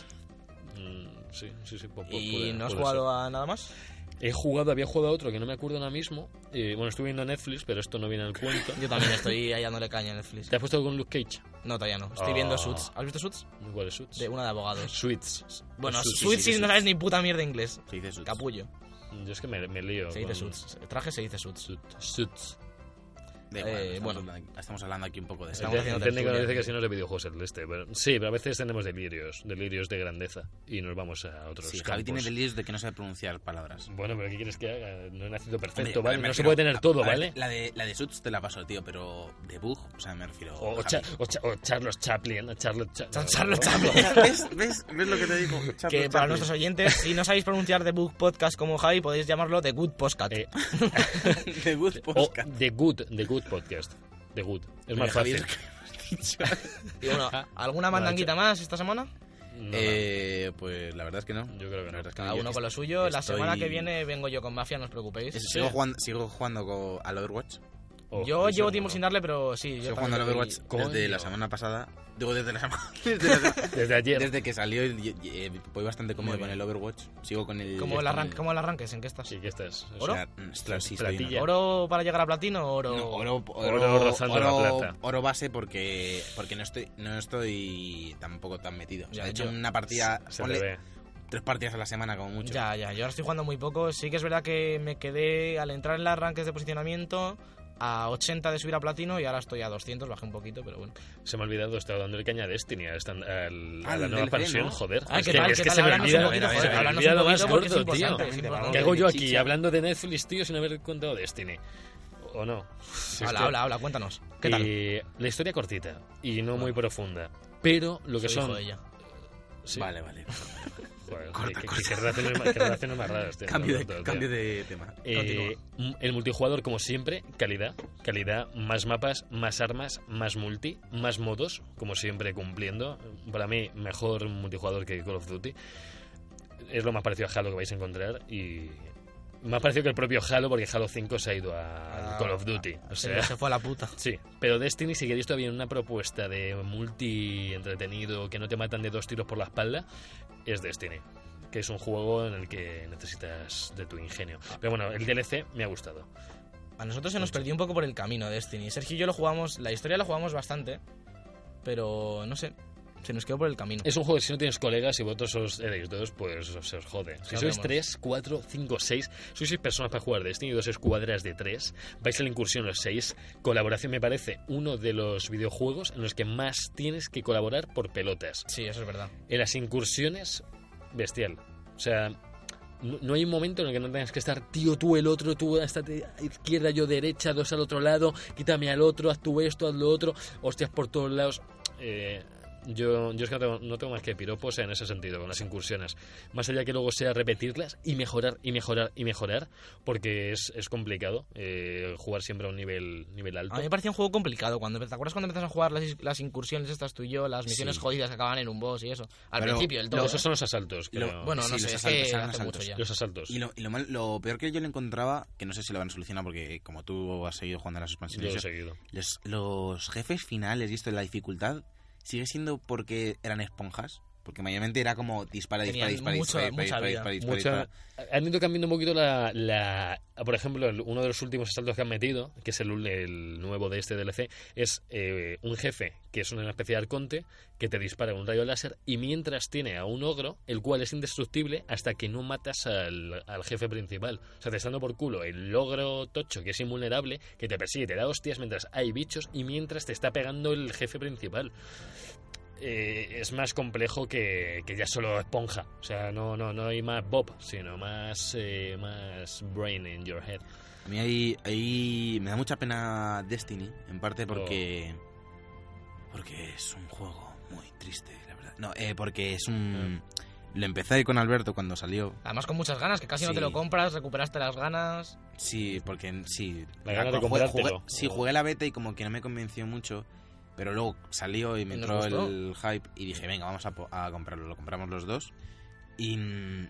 Speaker 2: Mm, Sí, sí, sí. pu- pu-
Speaker 4: ¿Y
Speaker 2: puede-
Speaker 4: no has
Speaker 2: puede
Speaker 4: jugado a nada más?
Speaker 2: ser. He jugado, había jugado a otro que no me acuerdo ahora mismo. Eh, bueno, estuve viendo Netflix, pero esto no viene al cuento.
Speaker 4: Yo también estoy hallándole caña en Netflix.
Speaker 2: ¿Te has puesto con Luke Cage?
Speaker 4: No, todavía no. Estoy
Speaker 2: Ah.
Speaker 4: viendo Suits. ¿Has visto Suits?
Speaker 2: ¿Cuál es Suits?
Speaker 4: De una de abogados.
Speaker 2: Suits.
Speaker 4: Bueno,
Speaker 3: Suits, sí,
Speaker 4: Suits
Speaker 3: sí,
Speaker 4: si
Speaker 3: sí,
Speaker 4: no
Speaker 3: sí.
Speaker 4: sabes ni puta mierda inglés.
Speaker 3: Se dice sus.
Speaker 4: Capullo.
Speaker 2: Yo es que me, me lío.
Speaker 4: Se dice
Speaker 2: con-
Speaker 4: Suits. El traje se dice Suits.
Speaker 2: Suits. Suits.
Speaker 3: Da igual,
Speaker 4: Eh,
Speaker 3: estamos
Speaker 4: bueno.
Speaker 3: hablando- estamos hablando aquí un poco de
Speaker 4: Estamos
Speaker 2: El-
Speaker 4: haciendo
Speaker 2: el técnico nos
Speaker 4: tertulia.
Speaker 2: dice que si no es de videojuegos el este. pero- sí, pero a veces tenemos delirios, delirios de grandeza y nos vamos a otros
Speaker 3: Sí,
Speaker 2: campos.
Speaker 3: Javi tiene delirios de que no sabe pronunciar palabras.
Speaker 2: Bueno, pero ¿qué quieres que haga? No he nacido perfecto,
Speaker 3: Hombre,
Speaker 2: ¿vale?
Speaker 3: me
Speaker 2: No se
Speaker 3: refiero-
Speaker 2: puede tener todo,
Speaker 3: a ver,
Speaker 2: ¿vale?
Speaker 3: La de, la de Suits te la paso, tío, pero de bug, o sea, me refiero...
Speaker 2: O, o
Speaker 3: Javi.
Speaker 2: Cha- o Cha- o Charles Chaplin, a Charles Cha-
Speaker 4: Cha-
Speaker 2: no,
Speaker 4: Charles
Speaker 2: no.
Speaker 4: Chaplin.
Speaker 3: ¿Ves? ¿Ves? ¿Ves lo que te digo?
Speaker 4: Que para nuestros oyentes, si no sabéis pronunciar The Book Podcast como Javi, podéis llamarlo The Good Podcast.
Speaker 2: Eh,
Speaker 3: oyentes... De bug,
Speaker 2: o
Speaker 3: podcast.
Speaker 2: The Good, The Good Podcast. The Good. Es más
Speaker 3: Javi,
Speaker 2: fácil. Ah,
Speaker 3: ¿qué has dicho?
Speaker 4: Y bueno, ¿alguna mandanguita más esta semana?
Speaker 2: No, no.
Speaker 3: Eh, pues la verdad es que no.
Speaker 2: Yo creo que
Speaker 3: La
Speaker 2: no.
Speaker 3: verdad es que
Speaker 4: Cada
Speaker 3: yo
Speaker 4: uno
Speaker 3: es-
Speaker 4: con lo suyo. La
Speaker 3: estoy-
Speaker 4: semana que viene vengo yo con Mafia, no os preocupéis.
Speaker 3: es- sigo, jugando, sigo jugando co- al Overwatch.
Speaker 2: Oh,
Speaker 4: yo
Speaker 2: eso
Speaker 4: llevo
Speaker 2: no,
Speaker 4: tiempo
Speaker 2: no.
Speaker 4: sin darle, pero sí. Yo
Speaker 3: Sigo jugando al
Speaker 4: también
Speaker 3: Overwatch
Speaker 4: estoy-
Speaker 3: desde
Speaker 2: coño.
Speaker 3: la semana pasada. Digo, desde la semana... Desde, la semana-
Speaker 2: Desde ayer.
Speaker 3: desde que salió, y- y- eh, voy bastante cómodo
Speaker 4: Muy
Speaker 3: con
Speaker 4: bien.
Speaker 3: el Overwatch. Sigo con el...
Speaker 4: ¿Cómo el,
Speaker 3: con
Speaker 4: arran- cómo el arranques? ¿En qué estás?
Speaker 2: Sí, que estás.
Speaker 3: O
Speaker 4: ¿Oro?
Speaker 3: sea, mm, ostras, sí, estoy en
Speaker 2: Platilla.
Speaker 4: ¿Oro para llegar a platino o oro?
Speaker 3: No, oro, oro,
Speaker 2: Oro rozando la plata.
Speaker 3: oro base porque porque no estoy no estoy tampoco tan metido. O sea,
Speaker 4: Ya,
Speaker 3: he hecho
Speaker 4: yo-
Speaker 3: una partida,
Speaker 2: Se
Speaker 3: ponle
Speaker 2: te ve.
Speaker 3: tres partidas a la semana como mucho.
Speaker 4: Ya, ya, yo ahora estoy jugando muy poco. Sí que es verdad que me quedé al entrar en las arranques de posicionamiento a 80 de subir a platino y ahora estoy a 200, bajé un poquito, pero bueno.
Speaker 2: Se me ha olvidado, estaba dando el caña a Destiny, al stand- al- a
Speaker 3: Al
Speaker 2: la nueva
Speaker 3: DLC,
Speaker 2: expansión,
Speaker 3: ¿no?
Speaker 2: joder.
Speaker 4: Ah,
Speaker 2: es
Speaker 4: ¿qué
Speaker 2: que,
Speaker 4: tal?
Speaker 2: es
Speaker 4: ¿Qué
Speaker 2: que
Speaker 4: tal?
Speaker 2: se me
Speaker 4: Háblanos
Speaker 2: olvida,
Speaker 4: un poquito,
Speaker 2: se me
Speaker 4: joder,
Speaker 2: ha
Speaker 4: háblanos un
Speaker 2: olvidado
Speaker 4: poquito
Speaker 2: más
Speaker 4: porque es
Speaker 2: gordo, tío.
Speaker 4: importante, es importante.
Speaker 2: ¿Qué hago yo aquí
Speaker 3: Chicha.
Speaker 2: hablando de Netflix, tío, sin haber contado Destiny? ¿O no? Si es
Speaker 4: Habla,
Speaker 2: que-
Speaker 4: habla, habla, cuéntanos. ¿Qué tal? Ah.
Speaker 2: Eh, la historia cortita y no muy profunda. Pero lo que
Speaker 4: Soy
Speaker 2: son.
Speaker 4: hijo de ella.
Speaker 2: Sí,
Speaker 3: Vale, vale.
Speaker 2: joder,
Speaker 3: Corta,
Speaker 2: que- que-
Speaker 3: corta.
Speaker 2: que relaciones más- que relaciones más raras, tío,
Speaker 3: cambio, de,
Speaker 2: Roberto, tío.
Speaker 3: cambio de tema.
Speaker 2: Eh, m- el multijugador, como siempre, calidad. Calidad, más mapas, más armas, más multi, más modos, como siempre cumpliendo. Para mí, mejor multijugador que Call of Duty. Es lo más parecido a Halo que vais a encontrar y... Más parecido que el propio Halo, porque Halo 5 se ha ido a
Speaker 4: Ah,
Speaker 2: Call of Duty. o sea,
Speaker 4: se fue a la puta.
Speaker 2: Sí, pero Destiny, si queréis todavía una propuesta de multi entretenido que no te matan de dos tiros por la espalda, es Destiny, que es un juego en el que necesitas de tu ingenio. Pero bueno, el DLC me ha gustado.
Speaker 4: A nosotros se nos perdió un poco por el camino Destiny. Sergio y yo lo jugamos, la historia la jugamos bastante, pero no sé, se nos quedó por el camino.
Speaker 2: Es un juego que si no tienes colegas y vosotros os erais dos, pues os- se os jode. Si
Speaker 4: Sabemos.
Speaker 2: sois tres, cuatro, cinco, seis, sois seis personas para jugar Destiny, dos escuadras de tres, vais a la incursión los seis. Colaboración me parece uno de los videojuegos en los que más tienes que colaborar por pelotas.
Speaker 4: Sí, eso es verdad.
Speaker 2: en las incursiones, bestial. O sea, no, no hay un momento en el que no tengas que estar, tío, tú el otro, tú esta te- izquierda, yo derecha, dos al otro lado, quítame al otro, haz tú esto, haz lo otro, hostias por todos lados. Eh, Yo, yo es que no tengo, no tengo más que piropos en ese sentido, con las incursiones. Más allá que luego sea repetirlas y mejorar, y mejorar, y mejorar, porque es, es complicado eh, jugar siempre a un nivel, nivel alto.
Speaker 4: A mí me parecía un juego complicado. Cuando, ¿Te acuerdas cuando empezas a jugar las, las incursiones estas tú y yo? Las misiones
Speaker 2: Sí.
Speaker 4: jodidas que acababan en un boss y eso. Al
Speaker 3: Pero
Speaker 4: principio, el
Speaker 2: No,
Speaker 4: todo.
Speaker 2: esos son los asaltos.
Speaker 3: Lo-
Speaker 2: creo.
Speaker 4: Bueno, no
Speaker 3: Sí,
Speaker 4: sé,
Speaker 3: los
Speaker 4: es
Speaker 3: asaltos,
Speaker 4: que
Speaker 3: eran
Speaker 4: hace mucho
Speaker 3: asaltos.
Speaker 4: ya.
Speaker 2: Los asaltos.
Speaker 3: Y lo, y lo mal- lo peor que yo le encontraba, que no sé si lo van a solucionar porque como tú has seguido jugando a las
Speaker 2: Yo
Speaker 3: expansiones,
Speaker 2: he
Speaker 3: yo-
Speaker 2: seguido.
Speaker 3: los, los jefes finales y esto de la dificultad sigue siendo porque eran esponjas. Porque mayormente era como dispara, dispara,
Speaker 4: Tenían
Speaker 3: dispara,
Speaker 4: mucha-
Speaker 3: dispara, dispara, dispara,
Speaker 4: mucha vida.
Speaker 3: dispara, dispara,
Speaker 2: Mucha-
Speaker 3: dispara.
Speaker 2: han ido cambiando un poquito la, la- por ejemplo el- uno de los últimos asaltos que han metido que es el, el nuevo de este DLC es eh, un jefe que es una especie de arconte que te dispara un rayo láser y mientras tiene a un ogro el cual es indestructible hasta que no matas al, al jefe principal o sea te está dando por culo el ogro tocho que es invulnerable que te persigue te da hostias mientras hay bichos y mientras te está pegando el jefe principal eh, es más complejo que, que ya solo esponja. O sea, no, no, no hay más bob, sino más, eh, más brain in your head.
Speaker 3: A mí ahí, ahí me da mucha pena Destiny, en parte porque... Porque es un juego muy triste, la verdad. No, eh, porque es un... Lo empecé con Alberto cuando salió.
Speaker 4: Además con muchas ganas, que casi no
Speaker 3: Sí.
Speaker 4: te lo compras, recuperaste las ganas.
Speaker 3: Sí, porque sí.
Speaker 2: La gana de
Speaker 3: jugué-
Speaker 2: comprártelo.
Speaker 3: jugué- sí, jugué la beta y como que no me convenció mucho. Pero luego salió y me
Speaker 4: ¿Y nos
Speaker 3: entró
Speaker 4: gustó?
Speaker 3: el hype y dije, venga, vamos a, po- a comprarlo. Lo compramos los dos. Y, mm,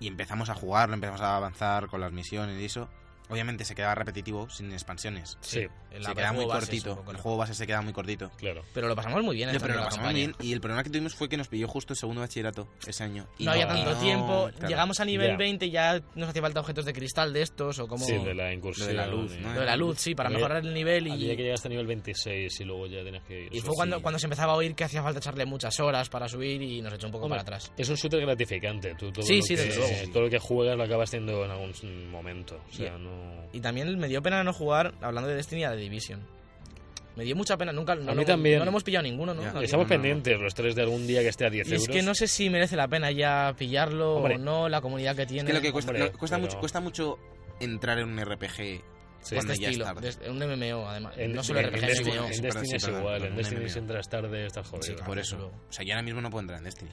Speaker 3: y empezamos a jugarlo, empezamos a avanzar con las misiones y eso. Obviamente se quedaba repetitivo, sin expansiones.
Speaker 2: Sí,
Speaker 4: El-
Speaker 3: se
Speaker 4: el
Speaker 3: quedaba muy
Speaker 4: juego base es
Speaker 3: cortito.
Speaker 4: un poco
Speaker 3: el
Speaker 4: lo-
Speaker 3: juego base se quedaba muy cortito.
Speaker 2: claro.
Speaker 4: Pero lo pasamos muy bien.
Speaker 3: No,
Speaker 4: esta
Speaker 3: pero lo
Speaker 4: nueva
Speaker 3: pasamos
Speaker 4: campaña.
Speaker 3: bien y el problema que tuvimos fue que nos pilló justo el segundo bachillerato ese año. Y
Speaker 4: No había
Speaker 2: no,
Speaker 4: tanto
Speaker 3: no,
Speaker 4: tiempo.
Speaker 3: claro.
Speaker 4: Llegamos a nivel
Speaker 2: Ya.
Speaker 4: 20 y ya nos hacía falta objetos de cristal de estos o como...
Speaker 2: Sí, de la incursión.
Speaker 3: lo de la luz,
Speaker 2: y-
Speaker 3: ¿no?
Speaker 4: Lo de la luz, sí, para
Speaker 2: Había-
Speaker 4: mejorar el nivel
Speaker 2: Había que
Speaker 4: y...
Speaker 2: llegar hasta nivel 26 y luego ya tenías que ir.
Speaker 4: Y
Speaker 2: Sí,
Speaker 4: fue cuando,
Speaker 2: sí.
Speaker 4: cuando se empezaba a oír que hacía falta echarle muchas horas para subir y nos echó un poco
Speaker 2: Hombre,
Speaker 4: para atrás.
Speaker 2: Es un shooter gratificante. Tú, todo
Speaker 4: Sí,
Speaker 2: lo
Speaker 4: sí,
Speaker 2: que, eh,
Speaker 4: desde luego.
Speaker 2: Todo lo que juegas lo acabas teniendo en algún momento. O sea,
Speaker 4: Y-
Speaker 2: no...
Speaker 4: Y también me dio pena no jugar, hablando de Destiny, a The Division. Me dio mucha pena, nunca... No,
Speaker 2: A
Speaker 4: lo-
Speaker 2: mí también.
Speaker 4: No lo hemos pillado ninguno, ¿no?
Speaker 3: Ya.
Speaker 4: Nadie.
Speaker 2: Estamos
Speaker 3: no, no.
Speaker 2: pendientes los tres de algún día que esté a 10
Speaker 4: Y
Speaker 2: euros.
Speaker 4: es que no sé si merece la pena ya pillarlo
Speaker 2: Hombre.
Speaker 4: o no, la comunidad que tiene.
Speaker 3: Es que lo que cuesta,
Speaker 2: Hombre,
Speaker 3: no, cuesta
Speaker 2: pero-
Speaker 3: mucho, cuesta mucho entrar en un RPG
Speaker 2: Sí.
Speaker 4: de
Speaker 3: cuando
Speaker 4: este
Speaker 3: ya es
Speaker 4: estilo,
Speaker 3: tarde.
Speaker 4: de- un MMO además,
Speaker 2: En,
Speaker 4: no solo
Speaker 2: en
Speaker 4: RPG,
Speaker 2: Destiny,
Speaker 4: MMO.
Speaker 2: en
Speaker 3: sí,
Speaker 2: Destiny
Speaker 3: perdón,
Speaker 2: es
Speaker 3: sí, perdón,
Speaker 2: igual.
Speaker 3: perdón,
Speaker 2: En
Speaker 3: un
Speaker 2: Destiny
Speaker 3: MMO.
Speaker 2: si entras tarde estás jodido.
Speaker 3: Sí, por eso.
Speaker 4: luego.
Speaker 3: O sea, yo ahora mismo no puedo entrar en Destiny.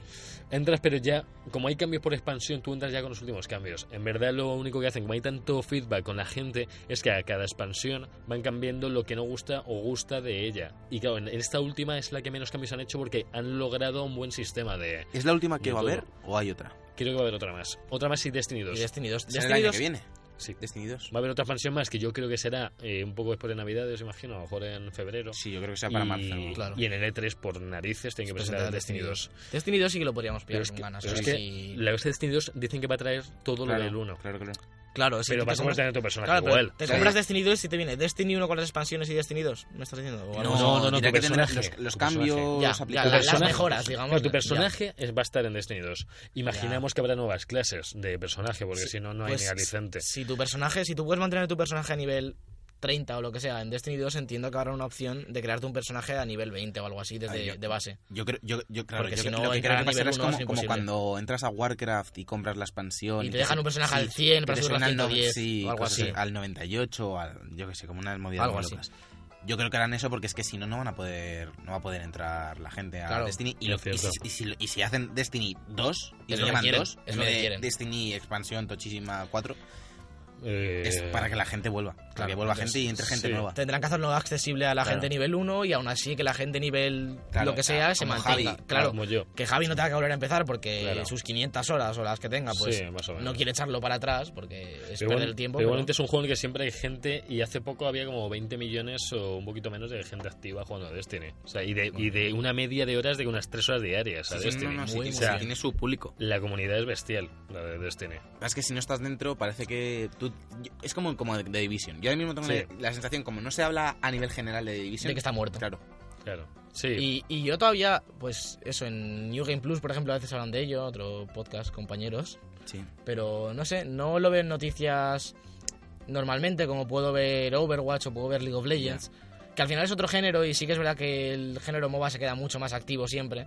Speaker 2: Entras, pero ya, como hay cambios por expansión, tú entras ya con los últimos cambios. En verdad, lo único que hacen, como hay tanto feedback con la gente, es que a cada expansión van cambiando lo que no gusta o gusta de ella. Y claro, en en esta última es la que menos cambios han hecho porque han logrado un buen sistema de.
Speaker 3: ¿Es la última que
Speaker 2: De
Speaker 3: va a
Speaker 2: todo.
Speaker 3: haber o hay otra?
Speaker 2: Creo que va a haber otra más. Otra más y Destiny 2.
Speaker 4: Y Destiny 2.
Speaker 3: ¿Será el
Speaker 4: Destiny
Speaker 3: año
Speaker 4: 2
Speaker 3: que viene?
Speaker 2: Sí.
Speaker 3: ¿Destiny 2?
Speaker 2: Va a haber otra expansión más que yo creo que será eh, un poco después de Navidades, imagino, a lo mejor en febrero.
Speaker 3: Sí, yo creo que sea para
Speaker 2: y,
Speaker 3: marzo.
Speaker 4: Claro.
Speaker 2: y en el E3 por narices tienen que presentar el Destiny 2.
Speaker 4: Destiny 2 sí que lo podríamos
Speaker 2: Pero
Speaker 4: pillar
Speaker 2: es
Speaker 4: con
Speaker 2: que-
Speaker 4: ganas.
Speaker 2: pero
Speaker 4: sí,
Speaker 2: es que
Speaker 4: sí.
Speaker 2: La cosa de Destiny 2 dicen que va a traer todo
Speaker 3: Claro,
Speaker 2: lo del 1.
Speaker 3: Claro, claro.
Speaker 4: Claro, si
Speaker 2: pero
Speaker 4: tú
Speaker 2: vas a
Speaker 4: te compras-
Speaker 2: mantener a tu personaje
Speaker 4: claro, pero
Speaker 2: igual.
Speaker 4: te
Speaker 3: Sí.
Speaker 4: compras Destiny 2 y te viene Destiny 1 con las expansiones y Destiny 2. ¿Me estás diciendo? O algo
Speaker 2: No,
Speaker 4: así.
Speaker 2: no, no,
Speaker 3: dirá
Speaker 2: tu
Speaker 3: que tendrá
Speaker 2: personaje,
Speaker 3: los, los
Speaker 2: tu personaje.
Speaker 3: cambios
Speaker 4: Ya, ya,
Speaker 3: aplicados.
Speaker 4: la- las
Speaker 2: personaje.
Speaker 4: mejoras, digamos.
Speaker 2: No, tu
Speaker 4: ya.
Speaker 2: personaje es- va a estar en Destiny 2. Imaginamos que habrá nuevas clases de personaje, porque si no, no hay
Speaker 4: Pues,
Speaker 2: ni aliciente.
Speaker 4: Si tu personaje, si tú puedes mantener tu personaje a nivel 30 o lo que sea, en Destiny 2 entiendo que habrá una opción de crearte un personaje a nivel 20 o algo así desde
Speaker 3: Ay, yo-
Speaker 4: de base.
Speaker 3: Yo creo, yo, yo, claro,
Speaker 4: Porque
Speaker 3: yo
Speaker 4: si no,
Speaker 3: lo que creo
Speaker 4: entrar
Speaker 3: que
Speaker 4: a
Speaker 3: pasará
Speaker 4: nivel
Speaker 3: es
Speaker 4: uno es
Speaker 3: como, como
Speaker 4: imposible.
Speaker 3: cuando entras a Warcraft y compras la expansión.
Speaker 4: Y te
Speaker 3: que
Speaker 4: dejan
Speaker 3: se-
Speaker 4: un personaje al 100 para
Speaker 3: que te suena
Speaker 4: subirlo al
Speaker 3: al
Speaker 4: 110
Speaker 3: sí,
Speaker 4: o algo
Speaker 3: cosas
Speaker 4: así.
Speaker 3: Al 98, o al, yo que sé, como una modalidad
Speaker 4: Algo
Speaker 3: muy
Speaker 4: así.
Speaker 3: locas. Yo creo que harán eso porque es que si no, no van a poder, no va a poder entrar la gente a
Speaker 4: Claro,
Speaker 3: Destiny. Y,
Speaker 2: es
Speaker 3: lo, y,
Speaker 2: cierto.
Speaker 3: si, y si- y si hacen Destiny 2 y
Speaker 4: Es
Speaker 3: lo
Speaker 4: lo que
Speaker 3: llaman
Speaker 4: quieren,
Speaker 3: 2,
Speaker 4: es
Speaker 3: en
Speaker 4: lo
Speaker 3: vez
Speaker 4: que
Speaker 3: de
Speaker 4: quieren.
Speaker 3: Destiny expansión tochísima 4,
Speaker 2: Eh,
Speaker 3: es para que la gente vuelva. para que
Speaker 4: claro,
Speaker 3: vuelva
Speaker 4: entonces,
Speaker 3: gente y entre gente
Speaker 2: sí.
Speaker 3: nueva.
Speaker 4: Tendrán que hacerlo accesible a la
Speaker 3: Claro.
Speaker 4: gente nivel 1 y aún así que la gente nivel
Speaker 3: Claro,
Speaker 4: lo que
Speaker 3: o sea,
Speaker 4: sea se
Speaker 3: como
Speaker 4: mantenga.
Speaker 3: Javi,
Speaker 4: claro,
Speaker 2: Como yo.
Speaker 4: que Javi no tenga que volver a empezar porque
Speaker 2: Claro.
Speaker 4: sus 500 horas o las que tenga, pues
Speaker 2: Sí, más o menos.
Speaker 4: no quiere echarlo para atrás porque es
Speaker 2: Pero
Speaker 4: perder
Speaker 2: igual-
Speaker 4: el
Speaker 2: pero
Speaker 4: tiempo. pero-
Speaker 2: igualmente es un juego en el que siempre hay gente y hace poco había como 20 millones o un poquito menos de gente activa jugando a Destiny. O sea, y de, y de una media de horas de unas 3 horas diarias a
Speaker 3: Sí, sí,
Speaker 2: Destiny.
Speaker 3: no, no, sí,
Speaker 4: muy,
Speaker 3: sí,
Speaker 2: muy bien.
Speaker 3: tiene su público.
Speaker 2: La comunidad es bestial, la de Destiny.
Speaker 3: Es que si no estás dentro, parece que tú. yo- Es como, como de, de Division. Yo ahora mismo tengo
Speaker 2: Sí.
Speaker 3: la, la sensación, como no se habla a nivel general de The Division.
Speaker 4: De que está muerto.
Speaker 3: Claro.
Speaker 2: Claro. Sí.
Speaker 4: Y, y yo todavía, pues eso, en New Game Plus, por ejemplo, a veces hablan de ello, otro podcast, compañeros,
Speaker 3: Sí.
Speaker 4: pero no sé, no lo veo en noticias normalmente como puedo ver Overwatch o puedo ver League of Legends, que al final es otro género y sí que es verdad que el género MOBA se queda mucho más activo siempre,